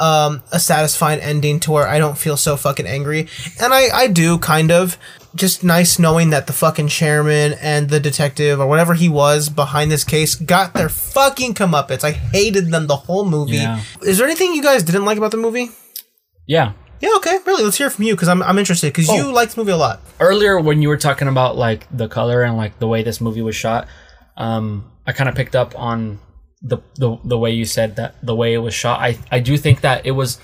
S1: um, a satisfying ending to where I don't feel so fucking angry? And I, I do kind of. Just nice knowing that the fucking chairman and the detective or whatever he was behind this case got their fucking comeuppance. I hated them the whole movie.
S3: Yeah.
S1: Is there anything you guys didn't like about the movie?
S3: Yeah.
S1: Yeah, okay, really. Let's hear from you because I'm, I'm interested because
S3: Oh.
S1: you liked the movie a lot.
S3: Earlier, when you were talking about like the color and like the way this movie was shot, um, I kind of picked up on the, the the way you said that the way it was shot. I I do think that it was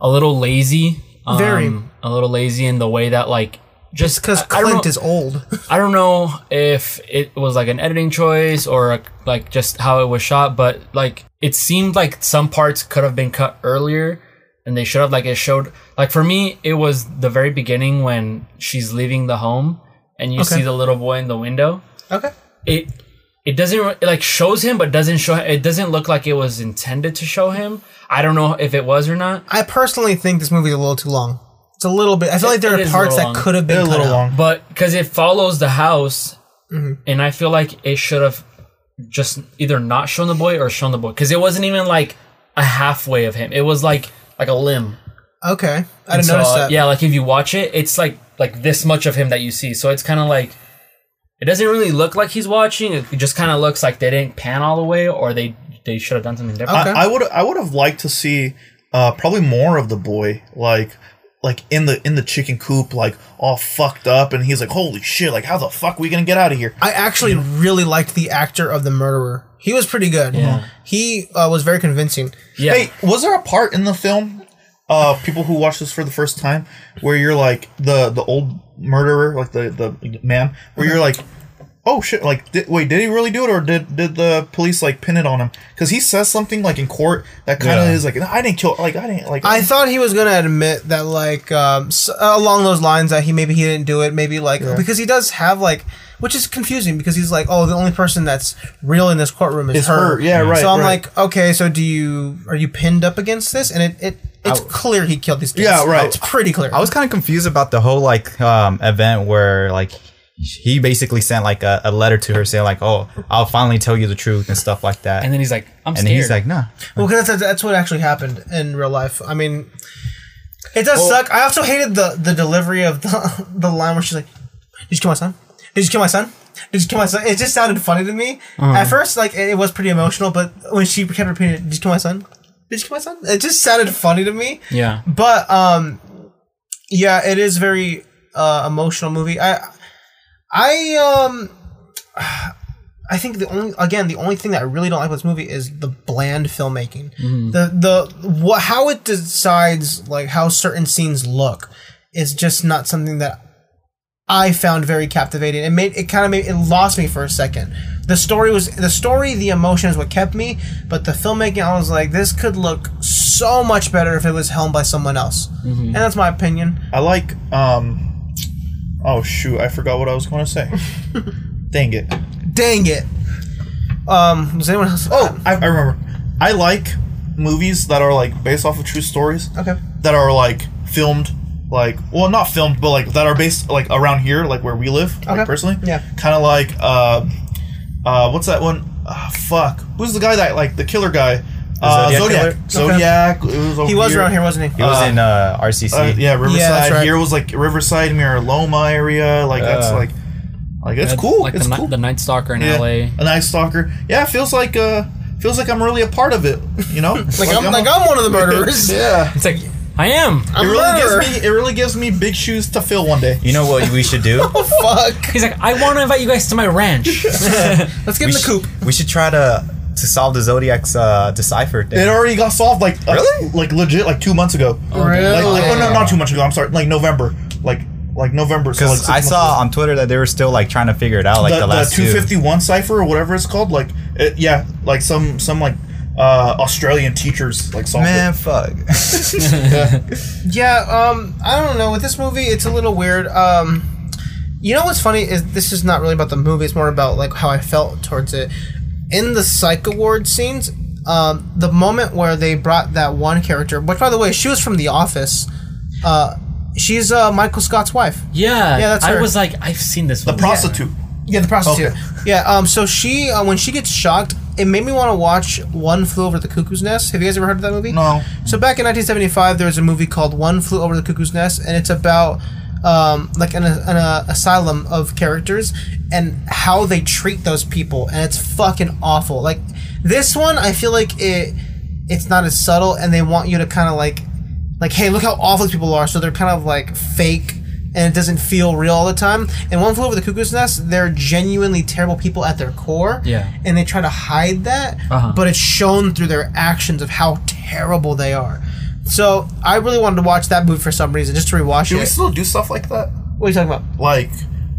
S3: a little lazy. Um,
S1: Very.
S3: A little lazy in the way that like just
S1: Because
S3: I- I don't
S1: Clint
S3: know-
S1: is old.
S3: I don't know if it was like an editing choice or like just how it was shot, but like it seemed like some parts could have been cut earlier and they should have like it showed like for me it was the very beginning when she's leaving the home and you
S1: Okay.
S3: see the little boy in the window.
S1: okay.
S3: It it doesn't re- it like shows him but doesn't show it doesn't look like it was intended to show him. I don't know if it was or not.
S1: I personally think this movie's a little too long. It's a little bit. I feel
S3: It-
S1: like there
S3: it
S1: are
S3: is a
S1: parts
S3: little
S1: that
S3: long.
S1: could have been
S2: They're a
S1: cut
S2: little
S1: out.
S2: long.
S3: but because it follows the house,
S2: Mm-hmm.
S3: and I feel like it should have just either not shown the boy or shown the boy because it wasn't even like a halfway of him. It was like like a limb.
S1: Okay, I didn't
S3: So,
S1: notice
S3: uh,
S1: that.
S3: Yeah, like if you watch it, it's like like this much of him that you see. So it's kind of like it doesn't really look like he's watching. It just kind of looks like they didn't pan all the way, or they they should have done something different.
S1: Okay.
S2: I, I would I would have liked to see uh, probably more of the boy like like in the in the chicken coop like all fucked up and he's like holy shit like how the fuck we gonna get out of here
S1: I actually really liked the actor of the murderer. He was pretty good.
S3: Yeah.
S1: He uh, was very convincing.
S3: yeah,
S2: Hey, was there a part in the film, uh, people who watch this for the first time, where you're like the the old murderer, like the the man, where you're like, oh shit, like did, wait, did he really do it, or did did the police like pin it on him? Because he says something like in court that kind of
S3: Yeah.
S2: is like, I didn't kill, like I didn't like.
S1: I thought he was gonna admit that, like, um, s- along those lines, that he maybe he didn't do it. Maybe like because he does have like, which is confusing because he's like, oh, the only person that's real in this courtroom is
S2: Is her, yeah, right,
S1: So I'm
S2: right.
S1: like, okay, so do you are you pinned up against this? And it, it it's clear he killed these kids.
S2: Yeah, right.
S1: It's pretty clear.
S4: I was kind of confused about the whole like um, event where like he basically sent like a, a letter to her saying like, "Oh, I'll finally tell you the truth" and stuff like that.
S3: and then he's like, I'm
S4: and
S3: scared.
S4: he's like, "Nah."
S1: Well, because that's, that's what actually happened in real life. I mean, it does suck. I also hated the the delivery of the the line where she's like, "Did you kill my son? Did you kill my son? Did you kill my son?" It just sounded funny to me at first. Like it, it was pretty emotional, but when she kept repeating, it, "Did you kill my son? Did you kill my son?" It just sounded funny to me.
S3: yeah,
S1: But um, yeah, it is very uh, emotional movie. I I um. I think the only again the only thing that I really don't like about this movie is the bland filmmaking. The the what how it decides like how certain scenes look is just not something that I found very captivating. It made it kind of made it lost me for a second. The story was the story, the emotion is what kept me, but the filmmaking I was like this could look so much better if it was helmed by someone else. And that's my opinion.
S2: I like um, oh shoot, I forgot what I was gonna say. Dang it.
S1: Dang it. Um, does anyone else?
S2: Oh, I, I remember. I like movies that are like based off of true stories.
S1: Oh, Okay.
S2: That are like filmed, like well, not filmed, but like that are based like around here, like where we live,
S1: Okay.
S2: like personally.
S1: Yeah.
S2: Kind of like uh, uh, what's that one? Ah, fuck. Who's the guy that like the killer guy? Uh,
S4: Zodiac
S1: killer?
S2: Zodiac.
S1: Okay.
S2: Zodiac. It was over
S1: he was around here, wasn't he?
S4: He was in uh, RCC.
S2: Uh, yeah, Riverside.
S1: right.
S2: Here was like Riverside, Mira Loma area. Like that's
S4: Yeah.
S2: like, like it's cool.
S3: Like
S2: it's
S3: the, Ni-
S2: cool.
S3: the Night Stalker in L.A.
S2: Yeah, a night stalker. Yeah, it feels like uh, feels like I'm really a part of it. You know,
S1: Like, I'm, like I'm one of the murderers.
S2: yeah.
S3: It's like I am.
S1: I'm
S2: It really
S1: murderer.
S2: gives me it really gives me big shoes to fill one day.
S4: You know what we should do?
S1: Fuck.
S3: He's like, I want to invite you guys to my ranch.
S1: Let's get
S4: we,
S1: in the
S4: sh-
S1: coop.
S4: we should try to to solve the Zodiac's uh, decipher thing.
S2: It already got solved like uh,
S4: Really?
S2: like legit like two months ago.
S1: Really?
S2: Like, like- oh, no, not two months ago. I'm sorry, like November, like like November. so, like,
S4: Because
S2: six
S4: I
S2: months
S4: saw
S2: ago.
S4: on Twitter that they were still like trying to figure it out, like the,
S2: the,
S4: last two.
S2: 251 cipher or whatever it's called. Like it, yeah, like some some like uh Australian teachers like solved
S4: Man,
S2: it.
S4: fuck.
S1: Yeah, um, I don't know. With this movie, it's a little weird. Um, you know what's funny is this is not really about the movie. It's more about like how I felt towards it. in the psych award scenes, um, the moment where they brought that one character, which by the way, she was from The Office. Uh, she's uh, Michael Scott's wife.
S3: Yeah,
S1: Yeah, that's
S3: I
S1: her.
S3: was like, I've seen this.
S2: The
S3: one before.
S2: prostitute.
S1: Yeah, the prostitute.
S2: Okay.
S1: Yeah. Um. So she, uh, when she gets shocked, it made me want to watch One Flew Over the Cuckoo's Nest. Have you guys ever heard of that movie?
S2: No.
S1: So back in 1975, there was a movie called One Flew Over the Cuckoo's Nest, and it's about um, like an, an uh, asylum of characters and how they treat those people, and it's fucking awful. Like this one, I feel like it it's not as subtle, and they want you to kind of like like hey, look how awful these people are. So they're kind of like fake. And it doesn't feel real all the time. And one flew over the cuckoo's nest. They're genuinely terrible people at their core.
S3: Yeah.
S1: And they try to hide that,
S3: Uh-huh.
S1: but it's shown through their actions of how terrible they are. So I really wanted to watch that movie for some reason, just to rewatch
S2: Do we
S1: it.
S2: still do stuff like that?
S1: What are you talking about?
S2: Like,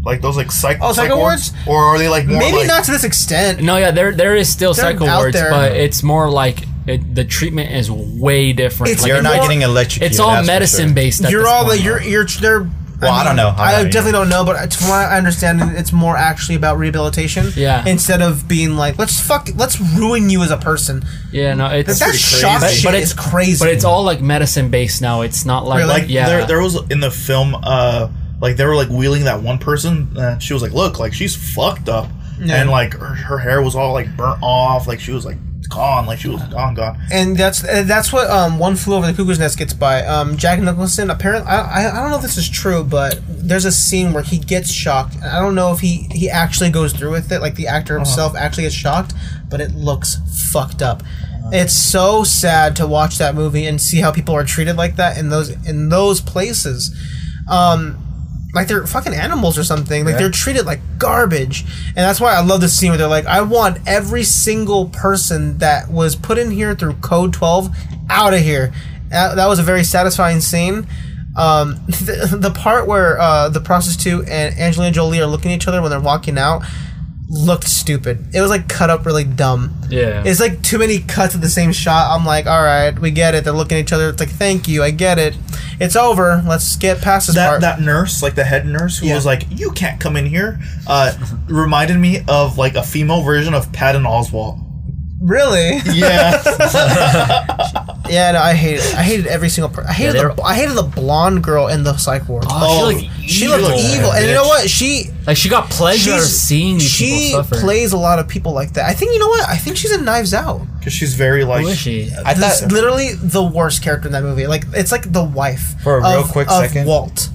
S2: like those like psych.
S1: Oh, psych awards?
S2: Or are they like more
S1: Maybe
S2: like,
S1: not to this extent.
S3: No, yeah, there there is still
S1: They're
S3: psycho
S1: out
S3: wards,
S1: there.
S3: but it's more like it, the treatment is way different.
S1: It's
S3: like,
S4: You're
S1: more-
S4: not getting electrocuted.
S3: it's all
S4: that's for
S3: medicine
S4: sure.
S3: based. At
S1: You're
S3: this
S1: all
S3: point.
S1: the you're you're they're.
S4: Well, I don't know. I
S1: I,
S4: don't either.
S1: definitely don't know, but from what I understand, it's more actually about rehabilitation.
S3: Yeah.
S1: Instead of being like, let's fuck, let's ruin you as a person.
S3: yeah, no, it's
S1: that shock
S3: But-
S1: shit
S3: but
S1: is
S3: it's-
S1: crazy.
S3: but it's all like medicine based now. It's not like
S1: Really?
S2: Like
S3: yeah,
S2: there, there was in the film, uh, like they were like wheeling that one person. Uh, she was like, "Look, like she's fucked up,"
S1: Yeah.
S2: and like her, her hair was all like burnt off. Like she was like gone. Like she was gone, gone.
S1: and that's uh, that's what um, one flew over the cuckoo's nest gets by. Um, Jack Nicholson apparently I, I I don't know if this is true, but there's a scene where he gets shocked. And I don't know if he he actually goes through with it, like the actor
S3: Uh-huh.
S1: himself actually gets shocked, but it looks fucked up. It's so sad to watch that movie and see how people are treated like that in those in those places. Um, like they're fucking animals or something. Like they're treated like garbage, and that's why I love this scene where they're like, "I want every single person that was put in here through Code Twelve out of here." That, that was a very satisfying scene. Um, the, the part where uh, the prostitute and Angelina Jolie are looking at each other when they're walking out looked stupid. It was like cut up really dumb.
S3: yeah.
S1: It's like too many cuts of the same shot. I'm like, all right, we get it. They're looking at each other. It's like, thank you, I get it. It's over. Let's get past this
S2: that
S1: part.
S2: that nurse, like the head nurse, who
S1: Yeah.
S2: was like, "You can't come in here," uh, reminded me of like a female version of Patton Oswalt.
S1: really?
S2: Yeah,
S1: Yeah, no, I hated. It. I hated every single. Per- I hated
S3: Yeah,
S1: the. I hated the blonde girl in the psych ward.
S3: oh,
S2: oh,
S3: she, looked
S1: she
S3: evil.
S1: looked evil, and you know what? She
S3: Like she got pleasure out of
S1: she's
S3: seeing these
S1: she
S3: people suffer.
S1: plays a lot of people like that. I think you know what? I think she's in Knives Out.
S2: because she's very like.
S3: Who is she?
S4: I
S1: That's
S4: thought
S1: literally the worst character in that movie. Like it's like the wife
S4: For a real
S1: of-
S4: quick
S1: of
S4: second.
S1: Walt.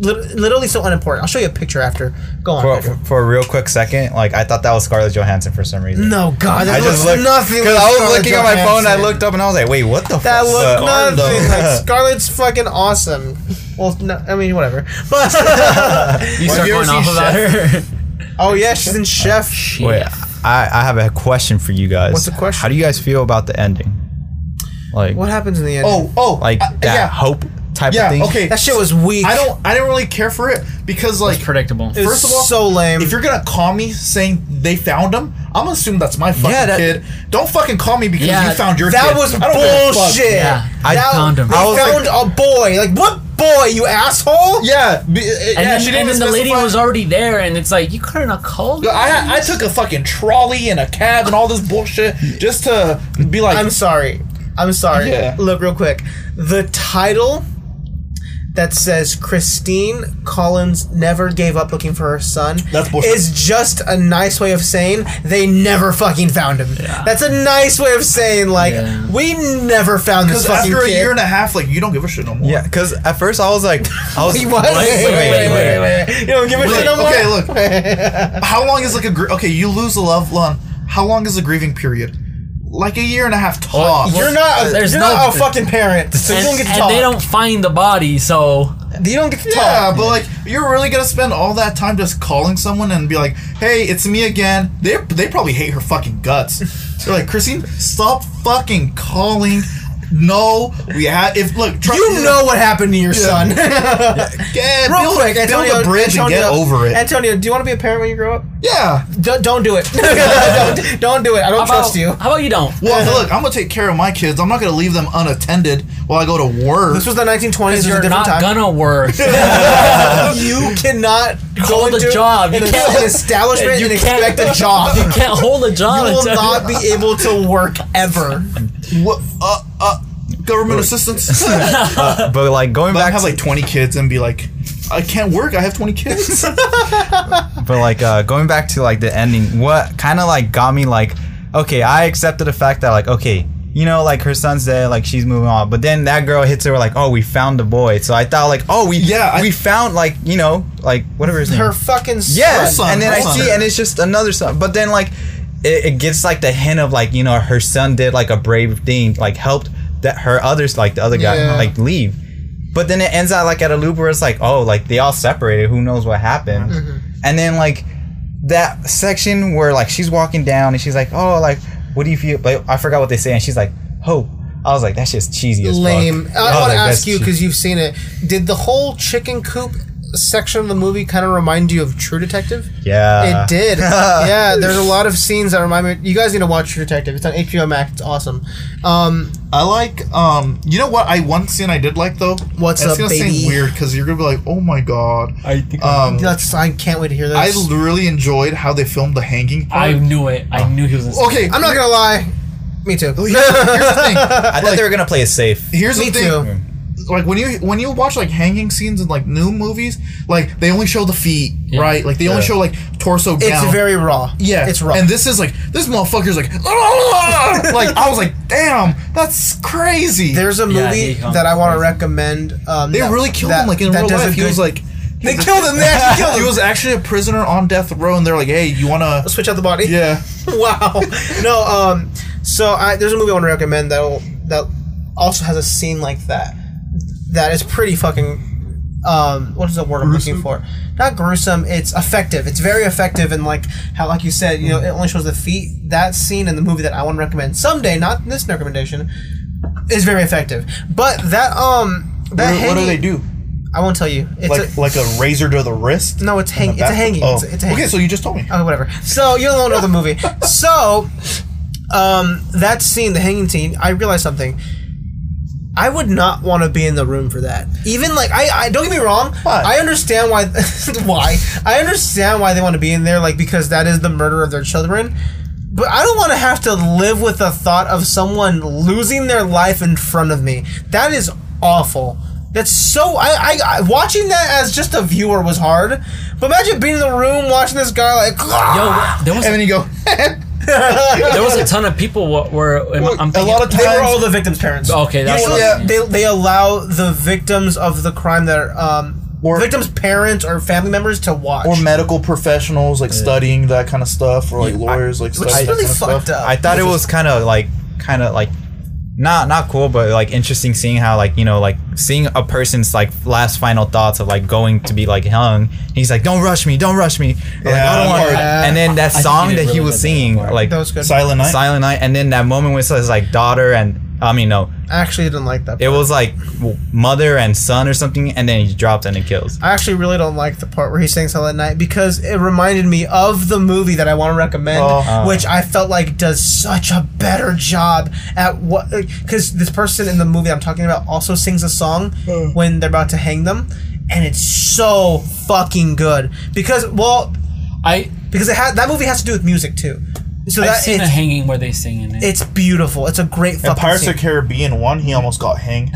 S1: Lit- Literally so unimportant. I'll show you a picture after. Go on.
S4: for,
S1: Pedro.
S4: for, for a real quick second, like I thought that was Scarlett Johansson for some reason.
S1: No God, that
S4: I
S1: looks
S4: just looked
S1: nothing.
S4: because
S1: like
S4: I was
S1: Scarlett
S4: looking at my phone. and I
S1: Johansson.
S4: looked up and I was like, "Wait, what the?
S1: That
S4: fuck? uh,
S1: looked
S4: Scarlett,
S1: nothing
S4: though.
S1: like Scarlett's fucking awesome. Well, no, I mean whatever. But
S3: You start
S2: you ever
S3: going off
S2: seen
S3: about her.
S1: oh yeah, she's in Chef.
S4: Wait,
S3: Yeah.
S4: I, I have a question for you guys.
S1: What's the question?
S4: How do you guys feel about the ending? Like,
S1: What happens in the end?
S2: Oh, oh,
S4: like
S2: uh,
S4: that hope type
S2: yeah,
S4: of thing.
S2: yeah. Okay,
S1: that shit was weak.
S2: I don't. I didn't really care for it because like.
S3: It's predictable.
S1: It was
S2: First of all,
S1: so lame.
S2: If you're gonna call me saying they found him, I'm gonna assume that's my fucking
S1: Yeah, that-
S2: kid. Don't fucking call me because
S3: Yeah,
S2: you found your
S1: that
S2: kid.
S1: was
S2: I don't give a fuck.
S1: bullshit.
S3: Yeah, I
S1: That-
S3: found him.
S1: They
S3: I
S4: was
S1: found a boy. Like what boy? You asshole.
S2: Yeah, be- uh, yeah.
S3: And then,
S2: she didn't
S3: and then the lady
S2: specify-
S3: was already there, and it's like you couldn't have called.
S2: I, I took a fucking trolley and a cab and all this bullshit just to be like,
S1: I'm sorry. I'm sorry.
S2: Yeah.
S1: Look real quick. The title that says Christine Collins never gave up looking for her son
S2: That's bullshit.
S1: is just a nice way of saying they never fucking found him. That's a nice way of saying like
S3: Yeah.
S1: we never found this
S2: because
S1: fucking
S2: after a
S1: kid.
S2: year and a half, like you don't give a shit no more.
S4: Yeah, because at first I was like, I was
S1: He was-
S4: Wait, wait, wait, wait, wait.
S1: You don't give a
S2: Look,
S1: shit no more.
S2: okay, look. how long is like a gr- okay? You lose a loved one. How long is a grieving period? Like a year and a half tops.
S1: You're not.
S3: There's
S1: you're
S3: no-
S1: not a fucking parent. So
S3: and,
S1: you don't get to
S3: and
S1: talk.
S3: they don't find the body, so
S1: You don't get to
S2: Yeah,
S1: talk.
S2: but like you're really gonna spend all that time just calling someone and be like, "Hey, it's me again." They they probably hate her fucking guts. They're like, "Christine, stop fucking calling." No, we had. If look, try,
S1: You know what happened to your son.
S2: yeah,
S1: Real
S2: build,
S1: quick, Antonio,
S2: build a bridge
S1: Antonio,
S2: and get over it.
S1: Antonio, do you want to be a parent when you grow up?
S2: yeah.
S1: D- don't do it. don't, don't do it. I don't
S3: How
S1: trust
S3: about,
S1: you.
S3: How about you don't?
S1: Uh-huh.
S2: Well, look, I'm gonna take care of my kids. I'm not gonna leave them unattended while I go to work.
S1: This was the 1920s. It was a
S3: You're
S1: different
S3: not
S1: time.
S3: gonna work.
S1: you cannot go
S3: Hold a
S1: into
S3: job.
S1: an,
S3: You
S1: an
S3: can't-
S1: establishment
S3: you
S1: and
S3: can't-
S1: expect a job.
S3: you can't hold a
S1: You
S3: job.
S1: will
S3: until-
S1: not be able to work ever.
S2: what? Uh, uh, government assistance.
S4: But like going
S2: But I
S4: back
S2: have
S4: to
S2: like 20 kids and be like, I can't work. I have 20 kids.
S4: But like uh, going back to like the ending, what kind of like got me like, okay, I accepted the fact that like, okay, you know, like her son's dead, like she's moving on. But then that girl hits her like, oh, we found the boy. So I thought like, oh, we
S2: Yeah, I-
S4: we found like you know like whatever his name.
S1: Her fucking son.
S4: yeah,
S2: her son,
S4: and then
S2: her
S4: I
S2: son.
S4: see, and it's just another son. But then like, it, it gets like the hint of like you know her son did like a brave thing, like helped that her others like the other guy
S1: Yeah.
S4: like leave. But then it ends out like at a loop where it's like, oh, like they all separated. Who knows what happened?
S1: Mm-hmm.
S4: And then like that section where like she's walking down and she's like, oh, like what do you feel? Like I forgot what they say, and she's like, hope. I was like, that's just cheesy as fuck.
S1: lame.
S4: was
S1: I want
S4: like,
S1: to
S4: that's
S1: ask you
S4: cheesy.
S1: because you've seen it. Did the whole chicken coop section of the movie kind of remind you of True Detective?
S4: yeah,
S1: It did. yeah, there's a lot of scenes that remind me. You guys need to watch True Detective. It's on HBO Max. It's awesome. Um,
S2: I like, um, you know what? I one scene I did like though.
S1: What's
S2: And
S1: up,
S2: it's gonna seem
S1: baby?
S2: weird because you're gonna be like, oh my god.
S4: I think
S2: Um,
S1: that's. I can't wait to hear this.
S2: I really enjoyed how they filmed the hanging
S3: I
S2: part.
S3: knew it. I knew he was. Gonna
S2: okay,
S1: I'm not gonna lie. Me too.
S2: here's the thing.
S4: I thought they were gonna play it safe.
S2: Here's
S1: Me
S2: the thing.
S1: too.
S2: Like when you when you watch like hanging scenes in like new movies, like they only show the feet, right? Like they only
S4: Yeah.
S2: show like torso
S1: It's
S2: down.
S1: very raw.
S2: Yeah,
S1: it's raw.
S2: And this is like this motherfucker's like, "Ah!" like I was like, damn, that's crazy.
S1: There's a
S3: Yeah,
S1: movie
S3: he comes
S1: that I want to recommend. Um,
S2: they
S1: that-
S2: really killed
S1: that-
S2: him like in
S1: that
S2: real
S1: does a
S2: life. He was
S1: good-
S2: like,
S1: they killed him. They actually killed him.
S2: he was actually a prisoner on death row, and they're like, hey, you wanna?
S1: switch out the body.
S2: Yeah,
S1: wow. No. Um. So I, there's a movie I want to recommend that will that also has a scene like that. That is pretty fucking. Um. What is the word I'm looking for? Not gruesome. It's effective. It's very effective and like how like you said, you know, it only shows the feet. That scene in the movie that I want to recommend someday, not in this recommendation, is very effective. But that um. That
S2: What- what do
S1: hanging-
S2: they do?
S1: I won't tell you. It's
S2: Like
S1: a,
S2: like a razor to the wrist?
S1: no, it's hang.
S2: In
S1: It's
S2: the
S1: a
S2: bathroom?
S1: hanging.
S2: Oh.
S1: It's, a- it's a hanging.
S2: Okay, so you just told me.
S1: Oh, whatever. So you don't know the movie. So, um, that scene, the hanging scene, I realized something. I would not want to be in the room for that. Even like I, I don't get me wrong.
S2: Why?
S1: I understand why. why I understand why they want to be in there, like because that is the murder of their children. But I don't want to have to live with the thought of someone losing their life in front of me. That is awful. That's so. I, I, I watching that as just a viewer was hard. But imagine being in the room watching this guy like. "Ah!"
S3: Yo, there was
S2: And then you go.
S3: there was a ton of people. What were I'm
S2: a
S3: thinking,
S2: lot of
S1: They were
S2: times-
S1: all the victims' parents.
S3: Okay, that's
S1: Usually,
S2: what I
S1: they, they allow the victims of the crime that are um,
S2: Or-
S1: victims' parents or family members to watch.
S2: or medical professionals like studying that kind of stuff, or like lawyers like
S1: which
S2: studying
S1: is
S2: that
S1: really
S2: kind of
S1: fucked
S2: stuff.
S1: up.
S4: I thought it was kind of like kind of like not not cool, but like interesting seeing how like you know like seeing a person's like last final thoughts of like going to be like hung. He's like, "Don't rush me, don't rush me." Like,
S2: Yeah,
S4: I don't want.
S2: or-
S4: And then that
S3: I think
S4: song
S3: he
S4: that
S3: did
S4: he
S3: really good
S4: was
S3: that
S4: singing,
S3: part.
S4: like
S1: that was good.
S2: Silent night.
S4: Silent Night, and then that moment when it says like daughter and I mean no,
S1: I actually didn't like that.
S4: it was like w- mother and son or something, and then he drops and it kills.
S1: I actually really don't like the part where he sings Silent Night because it reminded me of the movie that I want to recommend,
S2: Oh.
S1: which I felt like does such a better job at what. Because this person in the movie I'm talking about also sings a song when they're about to hang them, and it's so fucking good. Because, well,
S3: I
S1: because it had that movie has to do with music too. So
S3: I've
S1: that
S3: seen a
S1: it's,
S3: hanging where they sing in it.
S1: it's beautiful. It's a great
S2: In
S1: fucking
S2: Pirates
S1: scene.
S2: of the Caribbean one, he almost got hanged.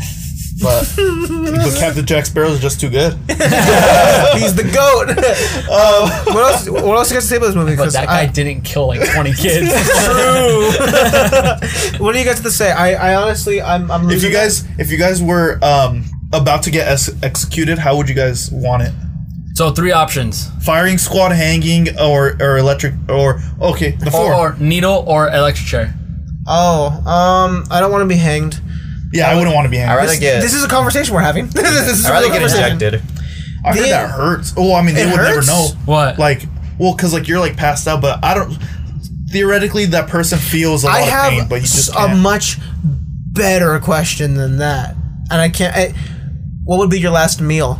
S2: But, but Captain Jack Sparrow is just too good.
S1: He's the goat. um, what else? What else you guys to say about this movie?
S3: but
S1: 'Cause
S3: that guy
S1: I-
S3: didn't kill like 20 kids.
S1: what do you guys have to say? I, I honestly, I'm, I'm.
S2: If you
S1: losing-
S2: guys, if you guys were um, about to get ex- executed, how would you guys want it?
S3: so three options:
S2: Firing squad, hanging, or or electric, or okay, the
S3: or,
S2: four.
S3: or needle or electric chair.
S1: Oh, um, I don't want to be hanged.
S2: yeah, I wouldn't want to be hanged.
S4: I rather get
S1: This is a conversation we're having. this is
S4: I
S1: a
S4: rather
S1: real
S4: get
S1: conversation.
S4: injected.
S2: I heard
S1: the-
S2: that hurts. Oh, I mean, they
S1: It
S2: would
S1: hurts?
S2: never know.
S3: What?
S2: Like, well, because like you're like passed out, but I don't. Theoretically, that person feels a lot
S1: I
S2: of
S1: have
S2: pain, but you
S1: s-
S2: just
S1: a
S2: can't.
S1: much better question than that. And I can't. I, what would be your last meal?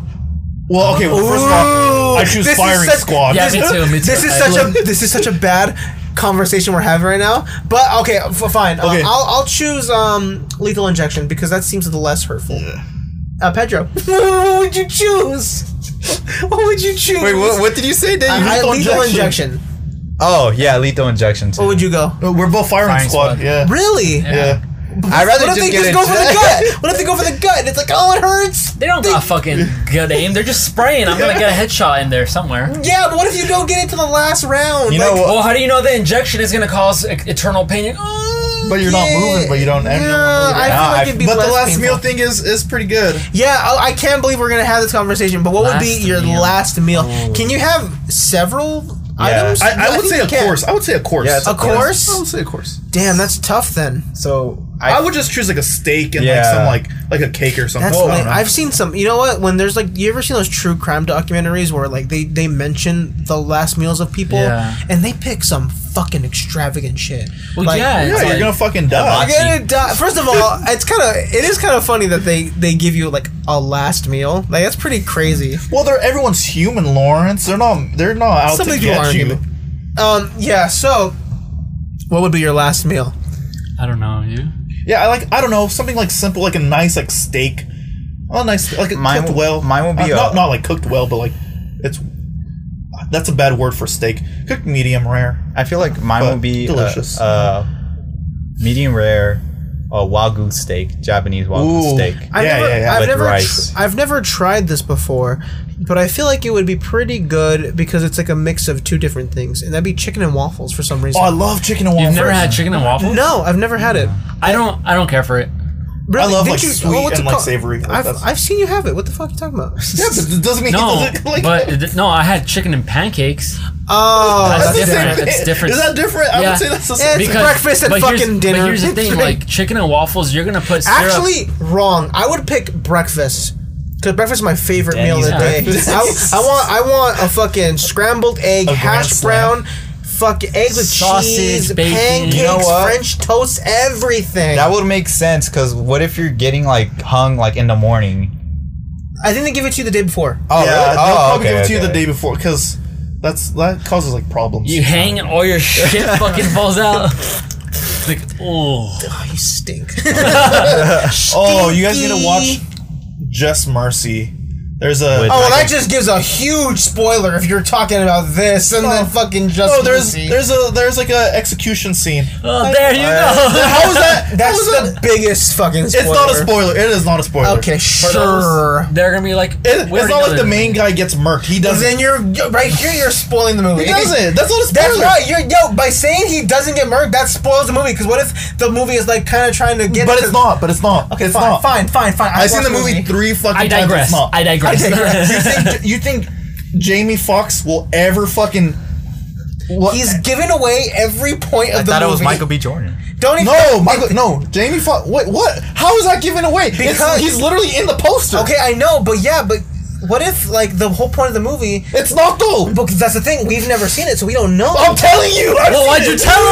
S2: Well, okay. Well, first of all, I choose
S1: This is
S2: firing
S1: such-
S2: squad.
S3: Yeah, me too. Me too.
S1: This is
S3: I
S1: such
S3: love-
S1: a this is such a bad conversation we're having right now. But okay, f- fine. Uh,
S2: Okay.
S1: I'll I'll choose um lethal injection because that seems the less hurtful. Uh, Pedro, what would you choose? What would you choose?
S4: Wait, what, what did you say, Dave?
S1: Uh, I-
S2: lethal
S1: lethal
S2: injection.
S1: injection.
S4: oh yeah, lethal injection. Too.
S1: What would you go?
S2: Uh, We're both firing,
S3: Firing
S2: squad.
S3: squad.
S2: Yeah.
S1: Really?
S2: Yeah.
S4: I'd rather
S1: What if
S4: just
S1: they
S4: get
S1: just
S4: it.
S1: go for the gut? What if they go for the gut? It's like, oh, it hurts.
S3: They don't got fucking good aim. They're just spraying. I'm gonna get a headshot in there somewhere.
S1: Yeah, but what if you don't get it to the last round?
S4: You
S1: Like,
S4: know what?
S3: Well, how do you know the injection is gonna cause e- eternal pain?
S1: oh,
S2: But you're not moving, but you don't-
S1: Yeah,
S2: and no one
S1: I
S2: moving.
S1: feel
S4: No,
S1: like
S4: I-
S1: it'd be
S2: But
S1: less
S2: the last
S1: painful.
S2: meal thing is is pretty good.
S1: Yeah, oh, I, I can't believe we're gonna have this conversation. But what would be
S3: Last
S1: your
S3: meal.
S1: last meal? Can you have several items?
S2: I, I, would
S1: think
S2: say
S1: you
S2: a
S1: can.
S2: course. I would say a course.
S4: Yeah, it's
S1: A course?
S2: I would say a course.
S1: Damn, that's tough. Then
S4: So I,
S2: I would just choose like a steak and
S4: Yeah.
S2: like some like like a cake or something.
S1: that's
S2: I
S1: lame.
S2: don't know.
S1: I've seen some. You know what? When there's like, you ever seen those true crime documentaries where like they they mention the last meals of people,
S3: Yeah.
S1: and they pick some fucking extravagant shit.
S3: Well,
S1: Like,
S3: yeah,
S2: yeah,
S3: it's
S2: you're
S3: like-
S2: gonna fucking die.
S1: You're gonna die. First of all, it's kind of it is kind of funny that they they give you like a last meal. Like that's pretty crazy.
S2: Well, they're everyone's human, Lawrence. They're not. They're not out
S1: Some
S2: to
S1: people
S2: get
S1: aren't
S2: you.
S1: human. Um, yeah. So, what would be your last meal?
S3: I don't know. You?
S2: Yeah, I like. I don't know. Something like simple, like a nice like steak. Oh, nice. Like
S4: Mine
S2: cooked
S4: will-
S2: well.
S4: mine will be
S2: Uh, not
S4: a-
S2: not like cooked well, but like it's. That's a bad word for steak. Cooked medium rare.
S4: I feel like mine
S2: But
S4: would be
S2: delicious.
S4: delicious. Uh, medium rare, uh, wagyu steak, Japanese wagyu
S2: Ooh.
S4: steak.
S1: I've
S2: Yeah,
S1: never,
S2: yeah, yeah.
S1: I've
S4: With
S1: never,
S4: rice.
S1: I've never tried this before, but I feel like it would be pretty good because it's like a mix of two different things, and that'd be chicken and waffles for some
S2: Oh,
S1: reason.
S2: I love chicken and waffles.
S3: You've never had chicken and waffles?
S1: no, I've never had it.
S3: I don't. I don't care for it.
S1: Really?
S2: I love,
S1: Didn't
S2: like,
S1: you-
S2: sweet
S1: what's
S2: and,
S1: it
S2: like,
S1: called?
S2: savory. Like,
S1: I've,
S2: that's-
S1: I've seen you have it. What the fuck are you talking about?
S2: Yeah, but it doesn't mean
S3: No,
S2: it doesn't, like,
S3: but it- no, I had chicken and pancakes.
S1: Oh,
S3: That's
S1: that's
S2: the same
S1: different.
S3: different.
S2: thing.
S3: It's different.
S2: Is that different? I
S3: Yeah.
S2: would say that's the
S1: Yeah,
S2: same.
S1: it's breakfast and
S3: but here's-
S1: fucking dinner.
S3: But here's the thing: like chicken and waffles, you're gonna put syrup.
S1: Actually, wrong. I would pick breakfast. Because breakfast is my favorite meal of the
S4: yeah.
S1: day. I, I want I want a fucking scrambled egg, hash brown,
S2: grand
S1: fucking egg with
S3: Sausage,
S1: cheese,
S3: bacon.
S1: pancakes,
S4: You know what?
S1: French toast, everything.
S4: That would make sense because what if you're getting like hung like in the morning?
S1: I think they give it to you the day before.
S4: Oh,
S2: yeah,
S4: really?
S2: they'll
S4: Oh,
S2: probably
S4: okay,
S2: give it to you the
S4: okay.
S2: day before because that's that causes like problems.
S3: you hang and all your shit fucking falls out. Like, oh,
S1: Oh, you stink.
S2: oh, you guys need
S1: Stinky.
S2: to watch Just Mercy. There's a
S4: With-
S1: oh, well,
S4: I
S1: that
S4: can-
S1: just gives a huge spoiler if you're talking about this and then fucking just.
S2: oh, there's
S1: Mercy.
S2: there's a there's like a execution scene.
S3: oh there you go.
S2: How is that?
S1: That's
S2: how
S1: the
S2: is that-
S1: biggest fucking spoiler.
S2: It's not a spoiler. It is not a spoiler.
S1: Okay,
S3: For those,
S1: sure.
S3: They're gonna be like,
S2: It-
S3: we
S2: it's
S3: already know
S2: not like the
S3: this.
S2: main guy gets murked. He doesn't.
S1: Then you're right here. You're spoiling the movie.
S2: he doesn't. That's not a spoiler.
S1: That's right. You're yo by saying he doesn't get murdered. That spoils the movie. Because what if the movie is like kind of trying to get?
S2: But
S1: to-
S2: it's not. But it's not.
S1: Okay,
S2: it's
S1: fine,
S2: not.
S1: fine, fine, fine.
S2: I've seen the movie, three fucking
S3: I digress.
S2: times.
S3: I digress.
S2: It's not. You think you think Jamie Foxx will ever fucking? What?
S1: He's given away every point of the movie.
S4: B. Jordan.
S1: Don't even.
S2: no, Michael. No, Jamie Foxx. What? What? How is that given away? It's-
S1: Because-
S2: he's literally in the poster.
S1: Okay, I know, but yeah, but what if like the whole point of the movie?
S2: it's not gold.
S1: Because that's the thing. We've never seen it, so we don't know.
S2: I'm telling you. I've
S3: Well,
S2: seen
S3: why'd
S2: it.
S3: you tell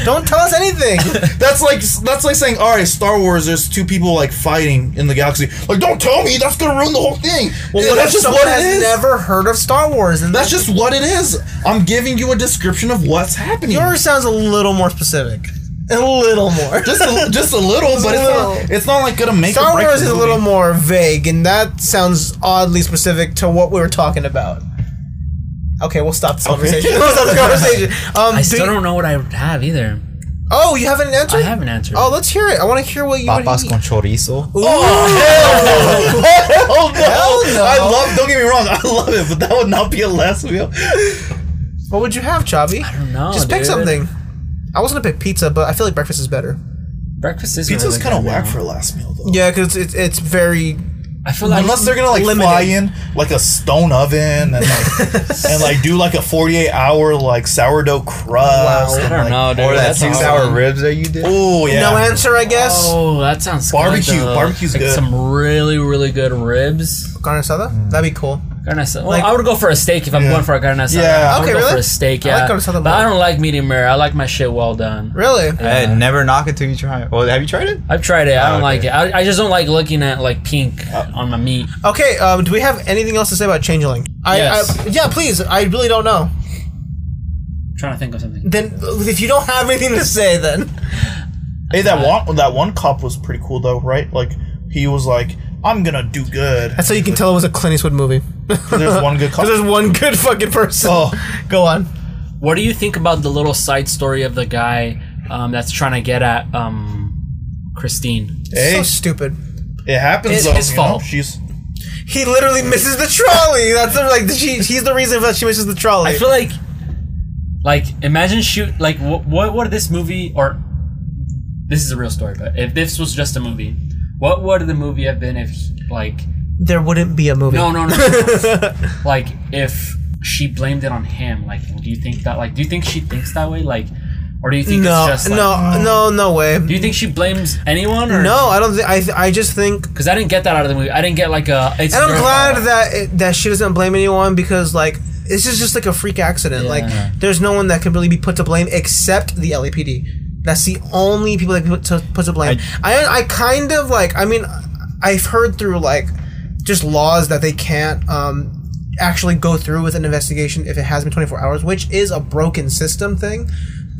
S3: us?
S1: Don't tell us anything.
S2: That's like that's like saying, all right, Star Wars. There's two people like fighting in the galaxy. Like, don't tell me. That's gonna ruin the whole thing.
S1: well, what
S2: Yeah,
S1: if
S2: that's just
S1: someone
S2: what it
S1: has
S2: is.
S1: never heard of Star Wars? And
S2: that's just what it is. I'm giving you a description of what's happening.
S1: yours sounds a little more specific. A little more.
S2: just a, just a little,
S1: Just
S2: but
S1: a
S2: it's
S1: little.
S2: not, it's not like gonna make or
S1: Star
S2: break
S1: Wars
S2: the
S1: is a
S2: movie.
S1: little more vague, and that sounds oddly specific to what we were talking about. Okay, we'll stop this conversation. We'll stop this conversation. Um,
S3: I
S1: do
S3: still
S1: you-
S3: don't know what I would have either.
S1: Oh, you haven't answered.
S3: I haven't answered.
S1: Oh, let's hear it. I want to hear what you would
S4: Papas
S1: eat.
S4: con chorizo.
S2: Oh no.
S1: Hell no.
S2: I love. Don't get me wrong, I love it, but that would not be a last meal.
S1: What would you have, Chavi? I
S3: don't know,
S1: Just pick
S3: dude.
S1: something. I was gonna pick pizza, but I feel like breakfast is better.
S3: breakfast is
S2: Pizza's
S3: really
S2: kind of
S3: good,
S2: whack
S3: man.
S2: for a last meal though.
S1: Yeah, because it's it's very.
S3: I feel like
S2: Unless they're gonna like
S1: Limited.
S2: fly in like a stone oven and like and like do like a forty eight hour like sourdough crust.
S1: Wow.
S3: I
S2: and,
S3: don't
S2: like-
S3: know, dude.
S4: Or that
S3: that's a
S4: six
S3: hard
S4: hour
S3: one.
S4: ribs that you did.
S2: Oh yeah.
S1: No answer, I guess.
S3: Oh, that sounds
S2: Barbecue.
S3: Good, though.
S2: Barbecue's
S3: like
S2: good.
S3: Some really, really good ribs.
S1: Carne asada. That'd be cool.
S3: Carne asada. Well,
S1: Like-
S3: I would go for a steak if I'm
S2: Yeah.
S3: going for a carne asada.
S4: Yeah.
S3: I would
S1: Okay,
S3: go for
S1: really?
S3: a steak.
S1: I like
S3: Yeah,
S1: carne asada
S3: but I
S1: more.
S3: don't like medium rare. I like my shit well done.
S1: Really?
S4: Hey, never knock it till you try it. Well, have you tried it?
S3: I've tried it. I don't
S4: Oh,
S3: like
S4: okay.
S3: it. I, I just don't like looking at like pink on my meat.
S1: Okay, um, do we have anything else to say about changeling? I,
S3: Yes.
S1: I yeah, please. I really don't know.
S3: I'm trying to think of something.
S1: Then if you don't have anything to say, then
S2: Hey, that one that one cop was pretty cool though, right? Like he was like, "I'm gonna do good."
S1: that's how you can tell it was a Clint Eastwood movie.
S2: There's one good cop.
S1: Because there's one good fucking person.
S2: Oh.
S1: Go on.
S3: What do you think about the little side story of the guy um, that's trying to get at um, Christine?
S2: Hey,
S1: So stupid.
S2: it happens
S3: It's
S2: though.
S3: his
S2: you know?
S3: fault.
S2: She's
S1: He literally misses the trolley. That's the- like she, he's the reason that she misses the trolley.
S3: I feel like, like imagine shoot like what what would this movie or this is a real story, but if this was just a movie, what would the movie have been if like
S1: there wouldn't be a movie.
S3: no no no, no. like if she blamed it on him? Like, do you think that like do you think she thinks that way? Like, or do you think
S1: no,
S3: it's just like,
S1: no, no, no way.
S3: Do you think she blames anyone or
S1: No, I don't think. I, I just think,
S3: Because I didn't get that out of the movie. I didn't get like a. It's
S1: and I'm
S3: your
S1: glad
S3: fault.
S1: that it, that she doesn't blame anyone because like this is just like a freak accident.
S3: Yeah.
S1: Like there's no one that can really be put to blame except the LAPD. That's the only people that can put to, put to blame. I, I kind of like. I mean, I've heard through like just laws that they can't um actually go through with an investigation if it has been 24 hours, which is a broken system thing.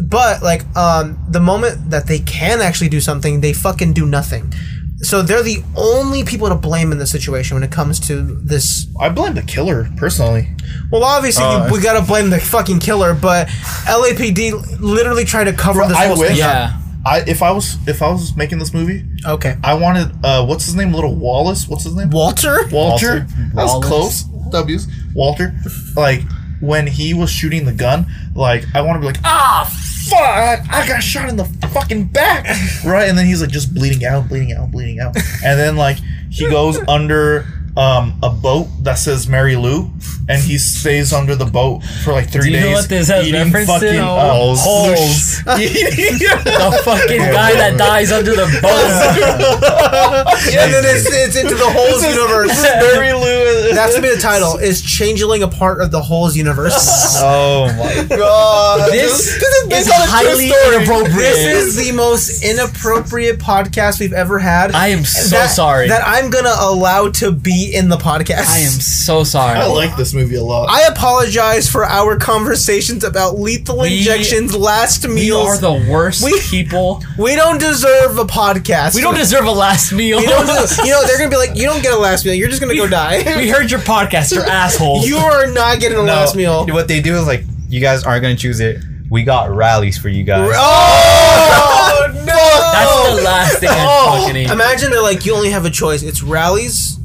S1: But like um, the moment that they can actually do something, they fucking do nothing. So they're the only people to blame in this situation when it comes to this.
S2: I blame the killer personally.
S1: Well, obviously
S4: Oh,
S1: you- we gotta blame the fucking killer, but LAPD literally tried to cover
S2: Bro,
S1: this
S2: I
S1: whole
S2: wish-
S1: thing. up.
S3: Yeah.
S2: I if I was if I was making this movie,
S1: Okay.
S2: I wanted uh what's his name? Little Wallace. What's his name?
S1: Walter.
S2: Walter. That was
S3: Wallace.
S2: close. W's. Walter. Like when he was shooting the gun, like I want to be like, ah, fuck! I got shot in the fucking back, right? And then he's like just bleeding out, bleeding out, bleeding out, and then like he goes under. Um, a boat that says Mary Lou, and he stays under the boat for like three
S3: you
S2: days.
S3: know what this has
S2: eating
S3: reference to?
S2: fucking, uh,
S3: Holes. Holes. the fucking guy that dies under the boat.
S1: and then it's, it's into the whole universe.
S2: Mary Lou.
S1: That's gonna be the title. Is changeling a part of the whole's universe?
S4: Oh my
S1: God.
S3: This
S1: This is
S3: is highly inappropriate.
S1: This is the most inappropriate podcast we've ever had.
S3: I am so
S1: That-
S3: sorry.
S1: that I'm gonna allow to be in the podcast.
S3: I am so sorry.
S2: I like this movie a lot.
S1: I apologize for our conversations about lethal
S3: We-
S1: injections, last
S3: we are
S1: meals.
S3: the worst
S1: We-
S3: people.
S1: we don't deserve a podcast.
S3: We don't deserve a last meal.
S1: We don't des- you know, they're gonna be like, you don't get a last meal. You're just gonna go die.
S3: we heard your podcast, you asshole.
S1: You are not getting a last meal.
S4: What they do is like, you guys aren't gonna choose it. We got rallies for you guys.
S1: Oh no!
S3: That's the last thing I fucking eat.
S1: Oh, Imagine they're like, you only have a choice. It's rallies,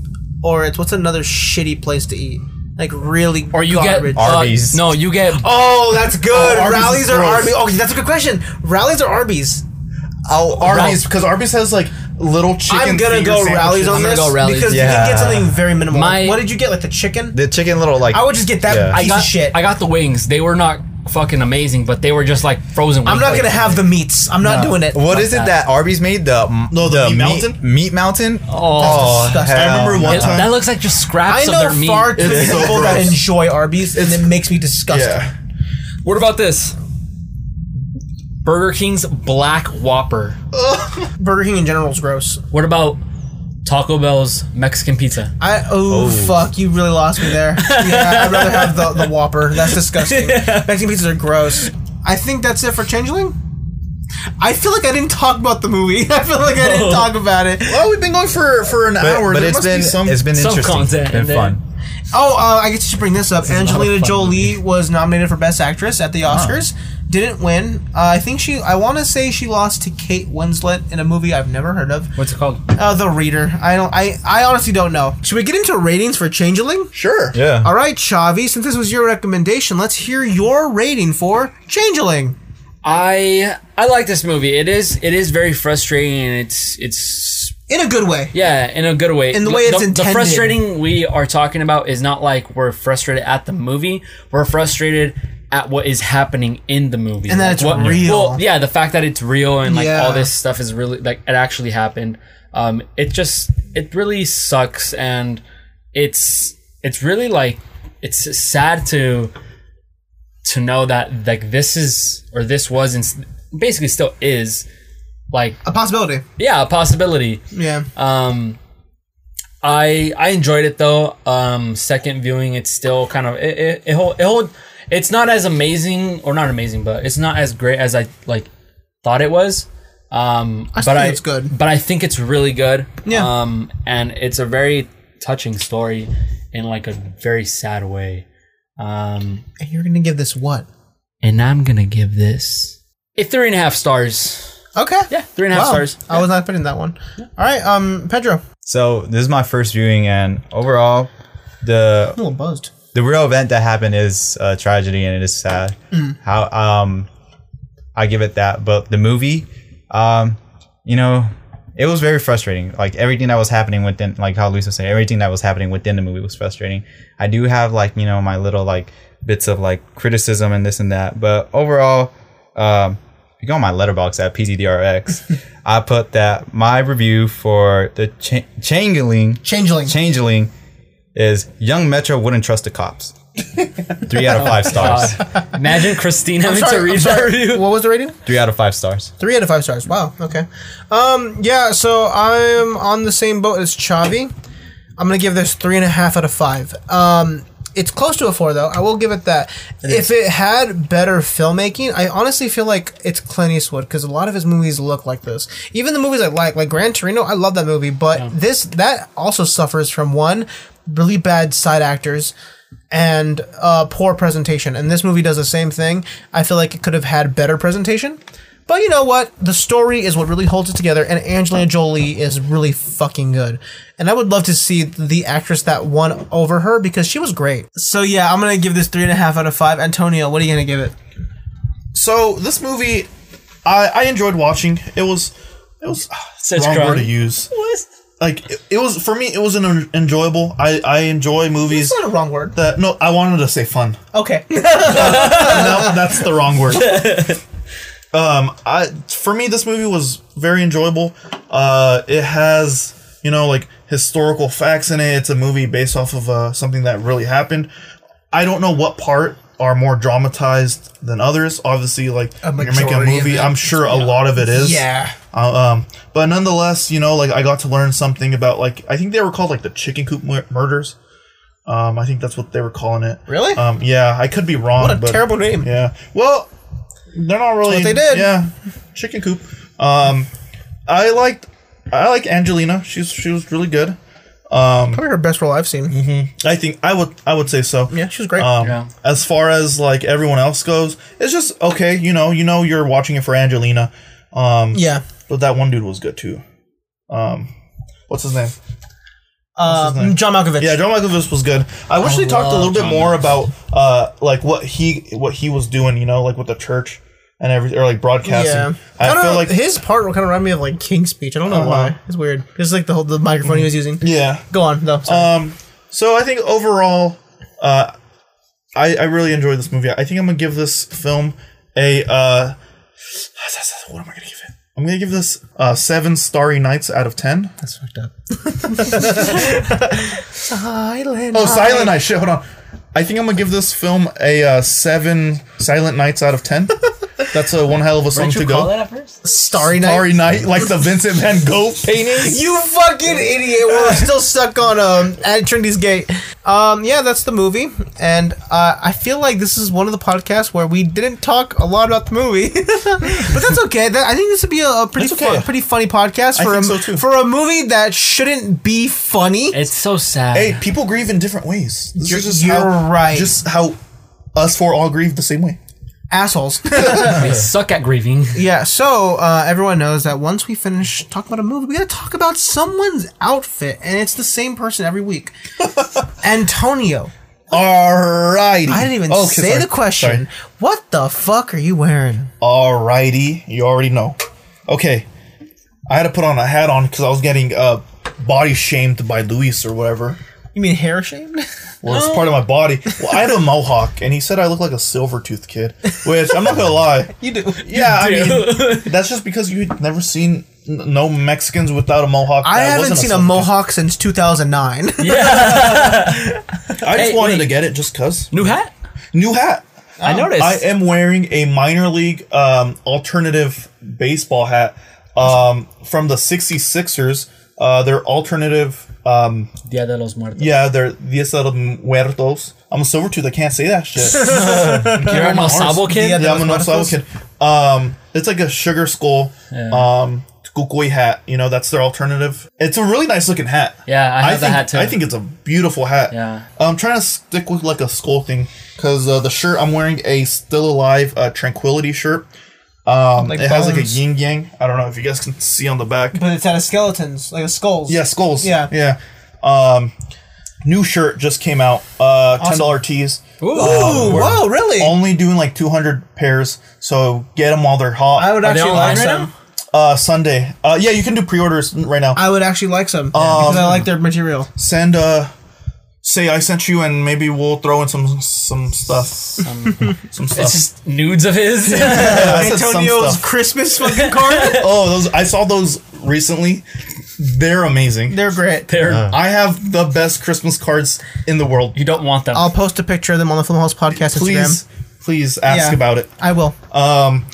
S1: or it's what's another shitty place to eat, like really.
S3: Or you
S1: garbage.
S3: get uh,
S4: Arby's.
S3: no, you get
S1: oh, that's good.
S2: Oh, Arby's
S1: rallies
S2: is
S1: or
S2: gross.
S1: Arby's? Okay, that's a good question. Rallies or Arby's?
S4: oh,
S2: Arby's because Arby's has like little chicken.
S1: I'm gonna
S2: finger
S1: go
S2: sandwiches.
S1: rallies on
S3: I'm gonna
S1: this
S3: go Rally's,
S1: because
S4: yeah.
S1: you can get something very minimal.
S3: My-
S1: what did you get? Like the chicken?
S4: The chicken little like.
S1: I would just get that
S4: Yeah. I
S1: piece
S3: got,
S1: of shit.
S3: I got the wings. They were not fucking amazing, but they were just like frozen. Wings.
S1: I'm not
S3: Like,
S1: gonna have the meats. I'm not
S3: No.
S1: doing it.
S4: What is
S3: that.
S4: it that Arby's made? The
S2: No, the meat mountain?
S4: Meat mountain.
S3: Oh,
S1: disgusting. I
S4: hell
S2: remember one
S4: no.
S3: It-
S2: time-
S3: that looks like just
S1: I
S3: scraps of
S1: know
S3: their meat.
S1: far too many
S2: It's so
S1: people that
S2: gross.
S1: enjoy Arby's, and it makes me disgusted.
S2: Yeah.
S3: What about this? Burger King's Black Whopper.
S1: Burger King in general is gross.
S3: What about Taco Bell's Mexican pizza?
S1: I oh, fuck, you really lost me there. Yeah, I'd rather have the, the Whopper. That's disgusting. Mexican pizzas are gross. I think that's it for Changeling. I feel like I didn't talk about the movie. I feel like I didn't talk about it.
S2: Well, we've been going for for an
S4: But,
S2: hour.
S4: but
S2: there
S4: it's
S2: must
S4: been
S2: be some.
S4: it's been
S3: some
S4: interesting
S3: content in
S4: and
S3: there.
S4: fun.
S1: Oh, uh, I guess you should bring this up.
S3: is a lot of
S1: Angelina
S3: fun
S1: Jolie was nominated for Best Actress at the Oscars. Didn't win. Uh, I think she. I want to say she lost to Kate Winslet in a movie I've never heard of.
S3: What's it called?
S1: Uh, the Reader. I don't. I. I honestly don't know. Should we get into ratings for Changeling?
S2: Sure.
S4: Yeah.
S1: All right, Chavi, since this was your recommendation, let's hear your rating for Changeling.
S3: I I like this movie. It is it is very frustrating and it's it's
S1: In a good way.
S3: yeah, in a good way.
S1: In the way it's
S3: the,
S1: intended.
S3: The frustrating we are talking about is not like we're frustrated at the movie. We're frustrated at what is happening in the movie.
S1: And that
S3: Like,
S1: it's
S3: what-
S1: real.
S3: Well, yeah, the fact that it's real and like
S1: Yeah.
S3: all this stuff is really like it actually happened. Um, it just it really sucks and it's it's really like it's sad to to know that like this is or this was and basically still is like
S1: A possibility.
S3: yeah a possibility
S1: Yeah.
S3: um i i enjoyed it though um second viewing it's still kind of it it, it, hold, it hold it's not as amazing or not amazing but it's not as great as i like thought it was um
S1: I
S3: but
S1: still
S3: i
S1: think it's good.
S3: but i think it's really good
S1: Yeah.
S3: um and it's a very touching story in like a very sad way um
S1: And you're gonna give this what?
S3: and i'm gonna give this a three and a half stars
S1: Okay.
S3: yeah three and a half
S1: Wow.
S3: stars
S1: I was not putting that one. All right, um, Pedro.
S4: So this is my first viewing, and overall, the
S1: I'm a little buzzed.
S4: the real event that happened is a tragedy and it is sad. How um I give it that, but the movie, um, you know, it was very frustrating. Like everything that was happening within like how Luis was saying, everything that was happening within the movie was frustrating. I do have like, you know, my little like bits of like criticism and this and that, but overall, um if you go on my letterbox at PZDRX, I put that my review for the cha- Changeling
S1: Changeling.
S4: Changeling is young Metro wouldn't trust the cops. Three out of five stars.
S3: imagine christine having
S1: Sorry,
S3: to
S1: I'm
S3: read that
S1: sorry.
S3: review
S1: What was the rating?
S4: Three out of five stars.
S1: Three out of five stars. Wow. Okay. Um. Yeah. So I'm on the same boat as Chavi. I'm gonna give this three and a half out of five. Um. It's close to a four though. I will give it that. if it had better filmmaking, I honestly feel like it's Clint Eastwood because a lot of his movies look like this. Even the movies I like, like Gran Torino, I love that movie, but this that also suffers from one really bad side actors and uh, poor presentation. And this movie does the same thing. I feel like it could have had better presentation. But you know what? The story is what really holds it together, and Angelina Jolie is really fucking good. And I would love to see the actress that won over her because she was great. So yeah, I'm gonna give this three and a half out of five. Antonio, what are you gonna give it?
S2: So this movie, I, I enjoyed watching. It was, it was ah,
S3: Says
S2: wrong
S3: Cron.
S2: word to use. Like it, it was for me. It was an en- enjoyable. I I enjoy movies
S1: It's not a wrong word.
S2: that no. I wanted to say fun.
S1: Okay.
S2: no, that's the wrong word. Um, I for me this movie was very enjoyable. Uh, it has you know like historical facts in it. It's a movie based off of uh, something that really happened. I don't know what part are more dramatized than others. Obviously, like when you're making a
S1: majority of
S2: movie,
S1: it.
S2: I'm sure a lot of it is.
S1: yeah.
S2: Uh, um, but nonetheless, you know, like I got to learn something about like I think they were called like the chicken coop mur- murders. Um, I think that's what they were calling it.
S1: Really?
S2: Um, yeah, I could be wrong.
S1: What a
S2: but-
S1: terrible name.
S2: Yeah. Well, they're not really.
S1: what they did.
S2: Yeah. Chicken coop. Um, I liked. I like Angelina. She's she was really good.
S1: Probably her best role I've seen.
S2: I think I would I would say so.
S1: Yeah, she was great.
S2: Um,
S3: Yeah.
S2: As far as like everyone else goes, it's just okay. You know, you know, you're watching it for Angelina. Um,
S1: yeah.
S2: but that one dude was good too. Um, what's his name? his
S1: Uh,
S2: name?
S1: John Malkovich.
S2: Yeah, John Malkovich was good. I wish they talked a
S3: love
S2: little bit
S3: John
S2: more about uh like what he what he was doing, you know, like with the church and everything, or like broadcasting.
S1: Yeah, I, Uh-huh.
S2: I,
S1: don't
S2: feel
S1: know.
S2: like
S1: his part kind of reminded me of like King's Speech. I don't know why. It's weird. It's like the whole the microphone he was using.
S2: yeah.
S1: Go on though. Sorry.
S2: Um, so I think overall, uh, I I really enjoyed this movie. I think I'm gonna give this film a uh, what am I gonna give it? I'm gonna give this uh seven Starry Nights out of ten.
S1: That's fucked up. Silent.
S2: Oh, Silent Night. Shit, hold on. I think I'm gonna give this film a uh, seven Silent Nights out of ten. That's a one hell of a song to go.
S3: at first?
S1: Starry Night.
S2: Starry Night, like the Vincent Van Gogh painting.
S1: You fucking idiot! We're still stuck on um at Trinity's Gate. Um, yeah, that's the movie, and uh, I feel like this is one of the podcasts where we didn't talk a lot about the movie, but that's okay. That, I think this would be a, a pretty
S2: That's
S1: fun,
S2: okay.
S1: pretty funny podcast for a,
S2: think so, too.
S1: for a movie that shouldn't be funny.
S3: It's so sad.
S2: Hey, people grieve in different ways. This
S1: You're-
S2: is just
S1: you're
S2: how,
S1: right.
S2: Just how us four all grieve the same way.
S1: Assholes.
S3: They suck at grieving.
S1: Yeah, so uh, everyone knows that once we finish talking about a movie, we gotta talk about someone's outfit, and it's the same person every week. Antonio.
S2: Alrighty.
S1: I didn't even
S2: Okay,
S1: say
S2: sorry.
S1: the question.
S2: Sorry.
S1: What the fuck are you wearing?
S2: Alrighty. You already know. Okay. I had to put on a hat on because I was getting uh, body shamed by Luis or whatever.
S1: You mean hair shaved?
S2: Well, it's part of my body. Well, I had a mohawk, and he said I look like a silver tooth kid, which I'm not gonna lie.
S1: you do.
S2: Yeah, I
S3: do.
S2: mean, that's just because you'd never seen n- no Mexicans without a mohawk.
S1: I
S2: That
S1: haven't
S2: wasn't
S1: seen a
S2: something.
S1: mohawk since 2009.
S2: I just
S3: Hey,
S2: wanted
S3: wait.
S2: to get it just cause.
S3: New hat?
S2: New hat.
S3: I noticed.
S2: I am wearing a minor league um, alternative baseball hat um, from the 66ers. Uh, their alternative, um,
S3: Dia de los Muertos.
S2: yeah, their Dias de los Muertos. I'm a silver tooth. I can't say that shit.
S3: You're an El Sabo kid?
S1: Dia de
S2: yeah, I'm an
S1: los
S2: Osama kid. Um, it's like a sugar skull, um, kukui hat. You know, that's their alternative. It's a really nice looking hat.
S3: Yeah, I have the
S2: think,
S3: hat too.
S2: I think it's a beautiful hat.
S3: Yeah.
S2: I'm trying to stick with like a skull thing because uh, the shirt I'm wearing a still alive uh, tranquility shirt. Um,
S4: Like
S2: it has like a
S4: bones.
S2: yin yang. I don't know if you guys can see on the back.
S1: But it's out of skeletons, like a skulls.
S2: Yeah, skulls.
S1: Yeah.
S2: yeah. Um, new shirt just came out. Uh, ten dollar tees.
S3: Ooh.
S1: Ooh, whoa, really?
S2: Only doing like 200 pairs, so get them while they're hot.
S1: I would
S3: Are they
S1: actually
S3: online
S1: like
S3: right
S1: some.
S3: now?
S2: Uh, Sunday. Uh, yeah, you can do pre-orders right now.
S1: I would actually like some
S2: Um,
S1: because I like their material.
S2: Send uh, say I sent you, and maybe we'll throw in some some stuff. Some, stuff.
S3: It's just nudes of his.
S2: Yeah, I said some stuff.
S1: Christmas fucking card.
S2: Oh, those I saw those recently. They're amazing.
S1: They're great.
S3: They're-
S2: I have the best Christmas cards in the world.
S3: you don't want them.
S1: I'll post a picture of them on the Filmhouse podcast
S2: Please,
S1: Instagram.
S2: please ask
S1: Yeah.
S2: about it.
S1: I will.
S2: Um,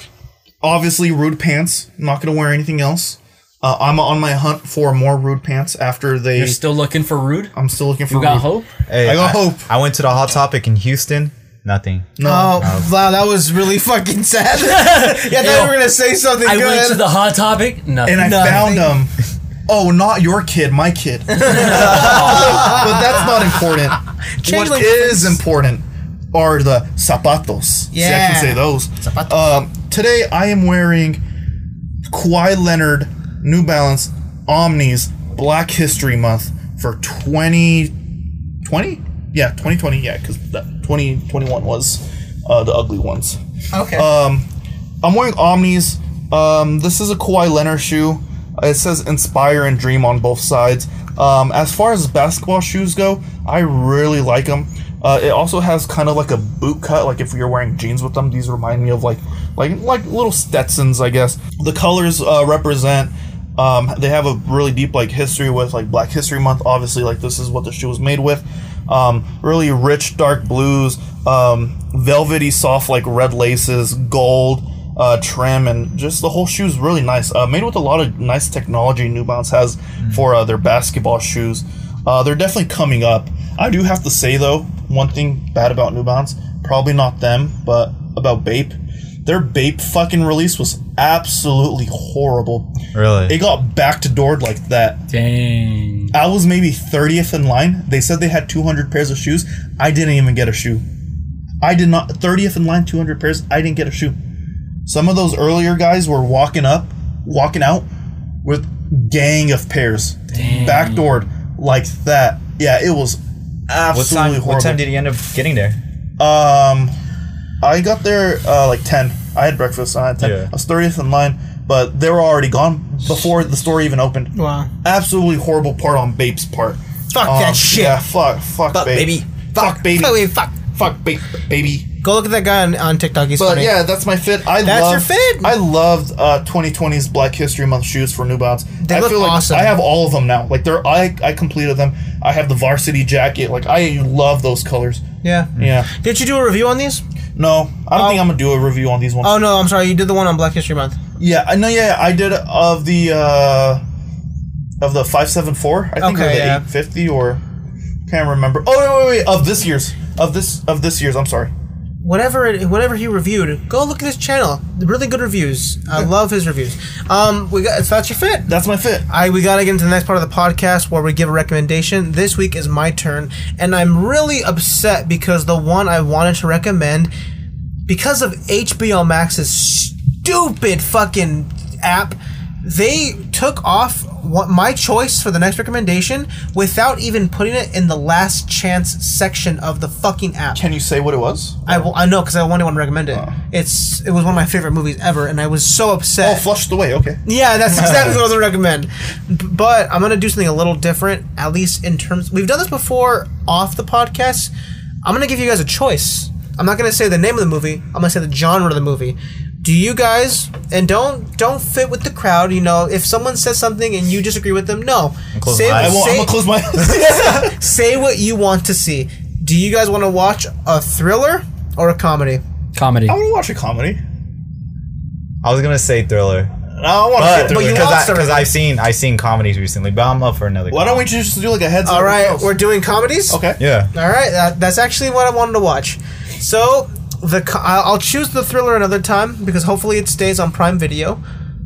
S2: obviously, rude pants. I'm not gonna wear anything else. Uh, I'm on my hunt for more rude pants after they.
S3: You're still looking for Rude?
S2: I'm still looking for.
S3: You got
S2: rude-
S3: hope?
S4: Hey,
S2: I got hope.
S4: I went to the Hot Topic in Houston. Nothing.
S1: oh wow, that was really fucking sad. yeah, I thought you were gonna say something
S3: I
S1: good.
S3: went to the hot topic. Nothing.
S2: and I
S1: Nothing.
S2: found them. Oh, not your kid, my kid. but that's not important.
S1: Change
S2: what
S1: language.
S2: is important are the zapatos. See, I
S1: Yeah.
S2: can say those. Um, today I am wearing Kawhi Leonard New Balance Omnis Black History Month for 2020? Yeah, 2020, yeah, because 2021 was uh, the ugly ones.
S1: okay.
S2: Um, I'm wearing Omnis. Um, this is a Kawhi Leonard shoe. Uh, It says "Inspire and Dream" on both sides. Um, as far as basketball shoes go, I really like them. Uh, it also has kind of like a boot cut. Like if you're wearing jeans with them, these remind me of like like like little Stetsons, I guess. The colors uh, represent. Um, they have a really deep like history with like Black History Month. Obviously, like this is what the shoe was made with. Um, really rich dark blues, um, velvety soft like red laces, gold uh, trim, and just the whole shoe's really nice. Uh, made with a lot of nice technology New Balance has for uh, their basketball shoes. Uh, they're definitely coming up. I do have to say though, one thing bad about New Balance, probably not them, but about Bape. Their Bape fucking release was absolutely horrible.
S4: Really?
S2: It got backdoored like that.
S3: Dang.
S2: I was maybe 30th in line. They said they had 200 pairs of shoes. I didn't even get a shoe. I did not 30th in line, 200 pairs. I didn't get a shoe. Some of those earlier guys were walking up, walking out with gang of pairs, backdoored like that. Yeah, it was
S4: what
S2: absolutely
S4: time?
S2: horrible.
S4: What time did he end up getting there?
S2: Um, I got there uh, like ten. I had breakfast. I had ten.
S4: Yeah.
S2: I was thirtieth in line, but they were already gone before the store even opened.
S1: wow.
S2: Absolutely horrible part on Bape's part.
S1: Fuck
S2: Um,
S1: that shit.
S2: Yeah, fuck, fuck,
S4: Fuck,
S2: Bape.
S4: baby.
S2: fuck, baby,
S1: Fuck, wait, fuck.
S2: fuck, babe, baby.
S1: Go look at that guy on, on TikTok. He's
S2: But
S1: funny.
S2: yeah, that's my fit. I
S1: That's
S2: love,
S1: your fit?
S2: I loved uh, 2020's Black History Month shoes for New Balance.
S1: They
S2: I
S1: look
S2: like
S1: awesome.
S2: I have all of them now. Like they're I I completed them. I have the varsity jacket. Like I love those colors.
S1: yeah.
S2: Yeah.
S1: Did you do a review on these?
S2: No, I don't
S1: Oh.
S2: think I'm gonna do a review on these ones.
S1: Oh no, I'm sorry. You did the one on Black History Month.
S2: Yeah, I know. Yeah, I did of the uh of the five seven four. I think
S1: Okay,
S2: or the
S1: yeah.
S2: eight fifty or can't remember. Oh wait, wait, wait, of this year's of this of this year's. I'm sorry.
S1: whatever it, whatever he reviewed, go look at his channel. Really good reviews. I love his reviews. Um, we got so that's your fit.
S2: That's my fit.
S1: I we gotta get into the next part of the podcast where we give a recommendation. This week is my turn, and I'm really upset because the one I wanted to recommend, because of HBO Max's stupid fucking app, they took off what my choice for the next recommendation without even putting it in the last chance section of the fucking app.
S2: Can you say what it was?
S1: I, will, I know because I wanted one to recommend it. It's it was one of my favorite movies ever, and I was so upset.
S2: Oh, flushed away. Okay.
S1: yeah, that's exactly what I was gonna recommend. B- But I'm gonna do something a little different, at least in terms. We've done this before off the podcast. I'm gonna give you guys a choice. I'm not gonna say the name of the movie. I'm gonna say the genre of the movie. do you guys and don't don't fit with the crowd? You know, if someone says something and you disagree with them, no,
S4: closing
S1: say,
S4: my
S2: I won't, I'm
S1: say,
S2: gonna close my.
S1: say what you want to see. Do you guys want to watch a thriller or a comedy?
S3: Comedy.
S2: I want to watch a comedy.
S4: I was gonna say thriller,
S2: I want to
S4: but
S2: get through
S1: you
S2: it.
S1: know-
S4: because
S1: lost
S4: because
S1: everything.
S4: I've seen I've seen comedies recently, but I'm up for another.
S2: Why don't
S4: comedy.
S2: we just do like a heads? up
S1: All right,
S2: ourselves?
S1: we're doing comedies.
S2: okay.
S4: Yeah,
S1: All right, that, that's actually what I wanted to watch. So the co- I'll I'll choose the thriller another time because hopefully it stays on Prime Video.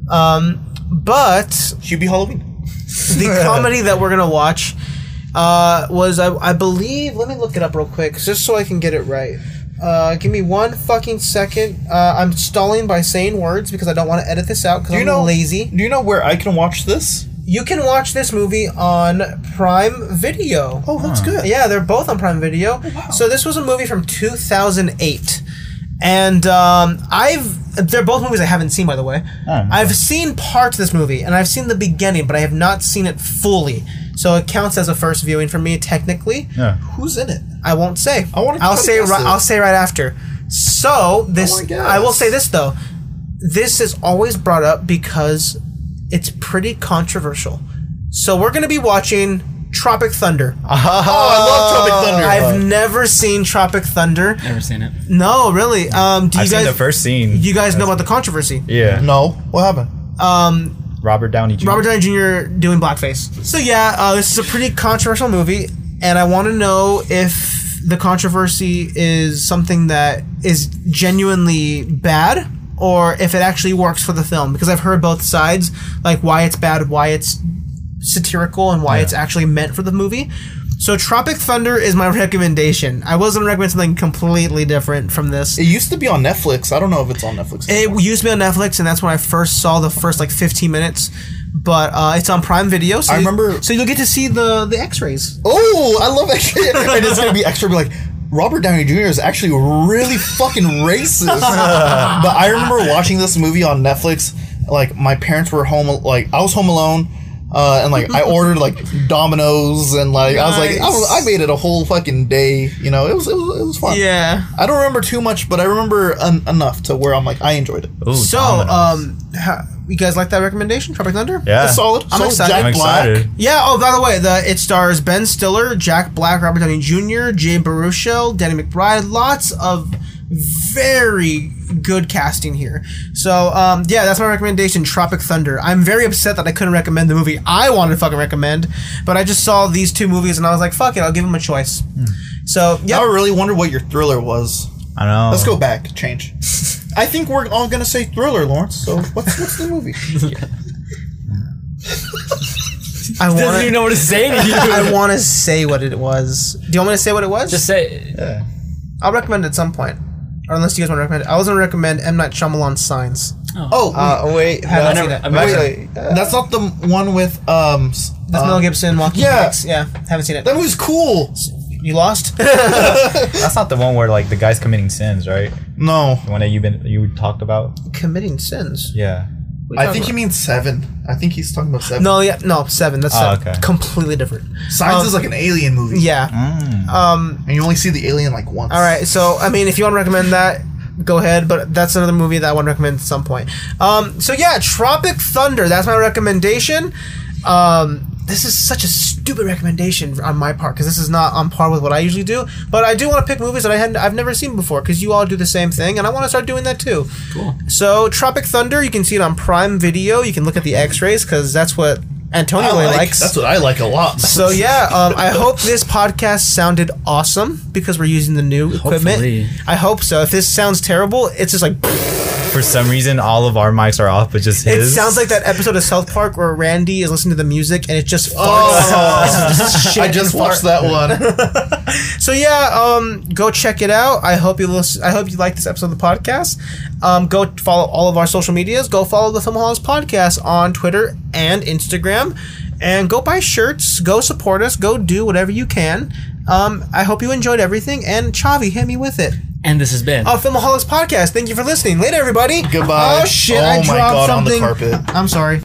S1: Um, but
S2: Hubie Halloween.
S1: the comedy that we're gonna watch uh, was I, I believe. Let me look it up real quick just so I can get it right. Uh, give me one fucking second. Uh, I'm stalling by saying words because I don't want to edit this out because
S2: you
S1: I'm
S2: know-
S1: lazy.
S2: Do you know where I can watch this?
S1: You can watch this movie on Prime Video.
S2: Oh, that's good.
S1: Yeah, they're both on Prime Video.
S2: Oh,
S1: So this was a movie from 2008. And um, I've they're both movies I haven't seen by the way.
S2: Oh,
S1: I've seen parts of this movie and I've seen the beginning, but I have not seen it fully. So it counts as a first viewing for me technically.
S4: yeah.
S2: Who's in it?
S1: I won't say.
S2: I wanna
S1: I'll
S2: try to
S1: say.
S2: guess
S1: Right,
S2: it.
S1: I'll say right after. So this.
S2: wanna guess.
S1: I will say this though. This is always brought up because it's pretty controversial. So we're gonna be watching Tropic Thunder.
S2: Oh, I love Tropic Thunder.
S1: I've never seen Tropic Thunder.
S3: Never seen it.
S1: No, really. Um, do you
S4: I've
S1: guys?
S4: seen the first scene.
S1: you guys know about the controversy.
S4: yeah,
S2: no. What happened?
S4: Robert Downey Jr.
S1: Robert Downey Jr. doing blackface. So yeah, uh, this is a pretty controversial movie, and I want to know if the controversy is something that is genuinely bad, or if it actually works for the film. Because I've heard both sides, like why it's bad, why it's satirical, and why it's actually meant for the movie. So Tropic Thunder is my recommendation. I was gonna recommend something completely different from this.
S2: It used to be on Netflix. I don't know if it's on Netflix.
S1: It used to be on Netflix, and that's when I first saw the first like 15 minutes. But uh, it's on Prime Video. So
S2: I
S1: you-
S2: remember-
S1: so you'll get to see the the X-rays.
S2: oh, I love extra. and it's gonna be extra. Be like. Robert Downey Jr. is actually really fucking racist. but I remember watching this movie on Netflix. Like my parents were home. Like I was home alone, uh, and like I ordered like Domino's, and like I was like I,
S1: Nice.
S2: was, I made it a whole fucking day. You know, it was it was, it was fun.
S1: Yeah.
S2: I don't remember too much, but I remember en- enough to where I'm like I enjoyed it.
S4: Ooh,
S1: So,
S4: Domino's.
S1: um, ha- you guys like that recommendation, Tropic Thunder?
S4: yeah,
S2: It's solid.
S1: I'm
S2: solid
S1: excited.
S2: Jack
S4: I'm
S2: Black.
S4: excited.
S1: Yeah. Oh, by the way, the it stars Ben Stiller, Jack Black, Robert Downey Jr., Jay Baruchel, Danny McBride. Lots of very good casting here. So, um, yeah, that's my recommendation. Tropic Thunder. I'm very upset that I couldn't recommend the movie I wanted to fucking recommend, but I just saw these two movies and I was like, fuck it, I'll give them a choice.
S3: Hmm.
S1: So,
S2: I
S1: yeah.
S2: really wonder what your thriller was.
S4: I know.
S2: Let's go back. Change. I think we're all gonna say thriller, Lawrence. So what's what's the movie?
S1: I
S3: Doesn't even
S1: want to.
S3: know what to say to you.
S1: I want to say what it was. Do you want me to say what it was?
S3: Just say
S4: Yeah.
S1: I'll recommend it at some point, or unless you guys want to recommend it. I was gonna recommend M Night Shyamalan's Signs.
S2: Oh,
S1: Uh, wait,
S3: I
S1: haven't
S3: never-
S1: seen it.
S3: I've never-
S1: Actually, uh,
S2: that's not the one with um. s-
S1: that's
S2: uh,
S1: Mel Gibson, Walking
S2: yeah.
S1: Phoenix. Yeah, haven't seen it.
S2: That movie's cool.
S1: You lost.
S4: That's not the one where like the guy's committing sins, right?
S2: No,
S4: The one that you've been you talked about.
S1: Committing sins.
S4: Yeah.
S1: What are you
S2: I think he
S1: talking
S2: means seven. I think he's talking about seven.
S1: about? No, yeah, no, seven. That's
S4: Oh,
S1: seven.
S4: okay.
S1: completely different.
S2: Signs
S1: Um,
S2: is like an alien movie.
S1: Yeah. Um.
S2: and you only see the alien like once.
S1: All right. So I mean, if you want to recommend that, go ahead. But that's another movie that I want to recommend at some point. Um. So yeah, Tropic Thunder. That's my recommendation. Um. This is such a stupid recommendation on my part because this is not on par with what I usually do. But I do want to pick movies that I had I've never seen before because you all do the same thing, and I want to start doing that too. Cool. So Tropic Thunder, you can see it on Prime Video. You can look at the X-rays because that's what Antonio
S2: I
S1: really
S2: like-
S1: likes.
S2: That's what I like a lot.
S1: So yeah, um, I hope this podcast sounded awesome because we're using the new equipment.
S3: Hopefully.
S1: I hope so. If this sounds terrible, it's just like
S4: For some reason, all of our mics are off, but just
S1: it
S4: his.
S1: sounds like that episode of South Park where Randy is listening to the music and it just farts.
S2: Oh.
S1: It's just shit
S2: I just
S1: and fart.
S2: watched that one.
S1: So yeah, um, go check it out. I hope you listen. I hope you like this episode of the podcast. Um, go follow all of our social medias. Go follow the Film Halls podcast on Twitter and Instagram, and go buy shirts. Go support us. Go do whatever you can. Um, I hope you enjoyed everything. And Chavi, hit me with it.
S3: and this has been
S1: Oh, Filmaholics podcast. Thank you for listening. Later, everybody.
S2: Goodbye.
S1: Oh shit!
S2: Oh
S1: I
S2: my
S1: dropped
S2: God, on the
S1: something.
S2: carpet.
S1: I'm sorry.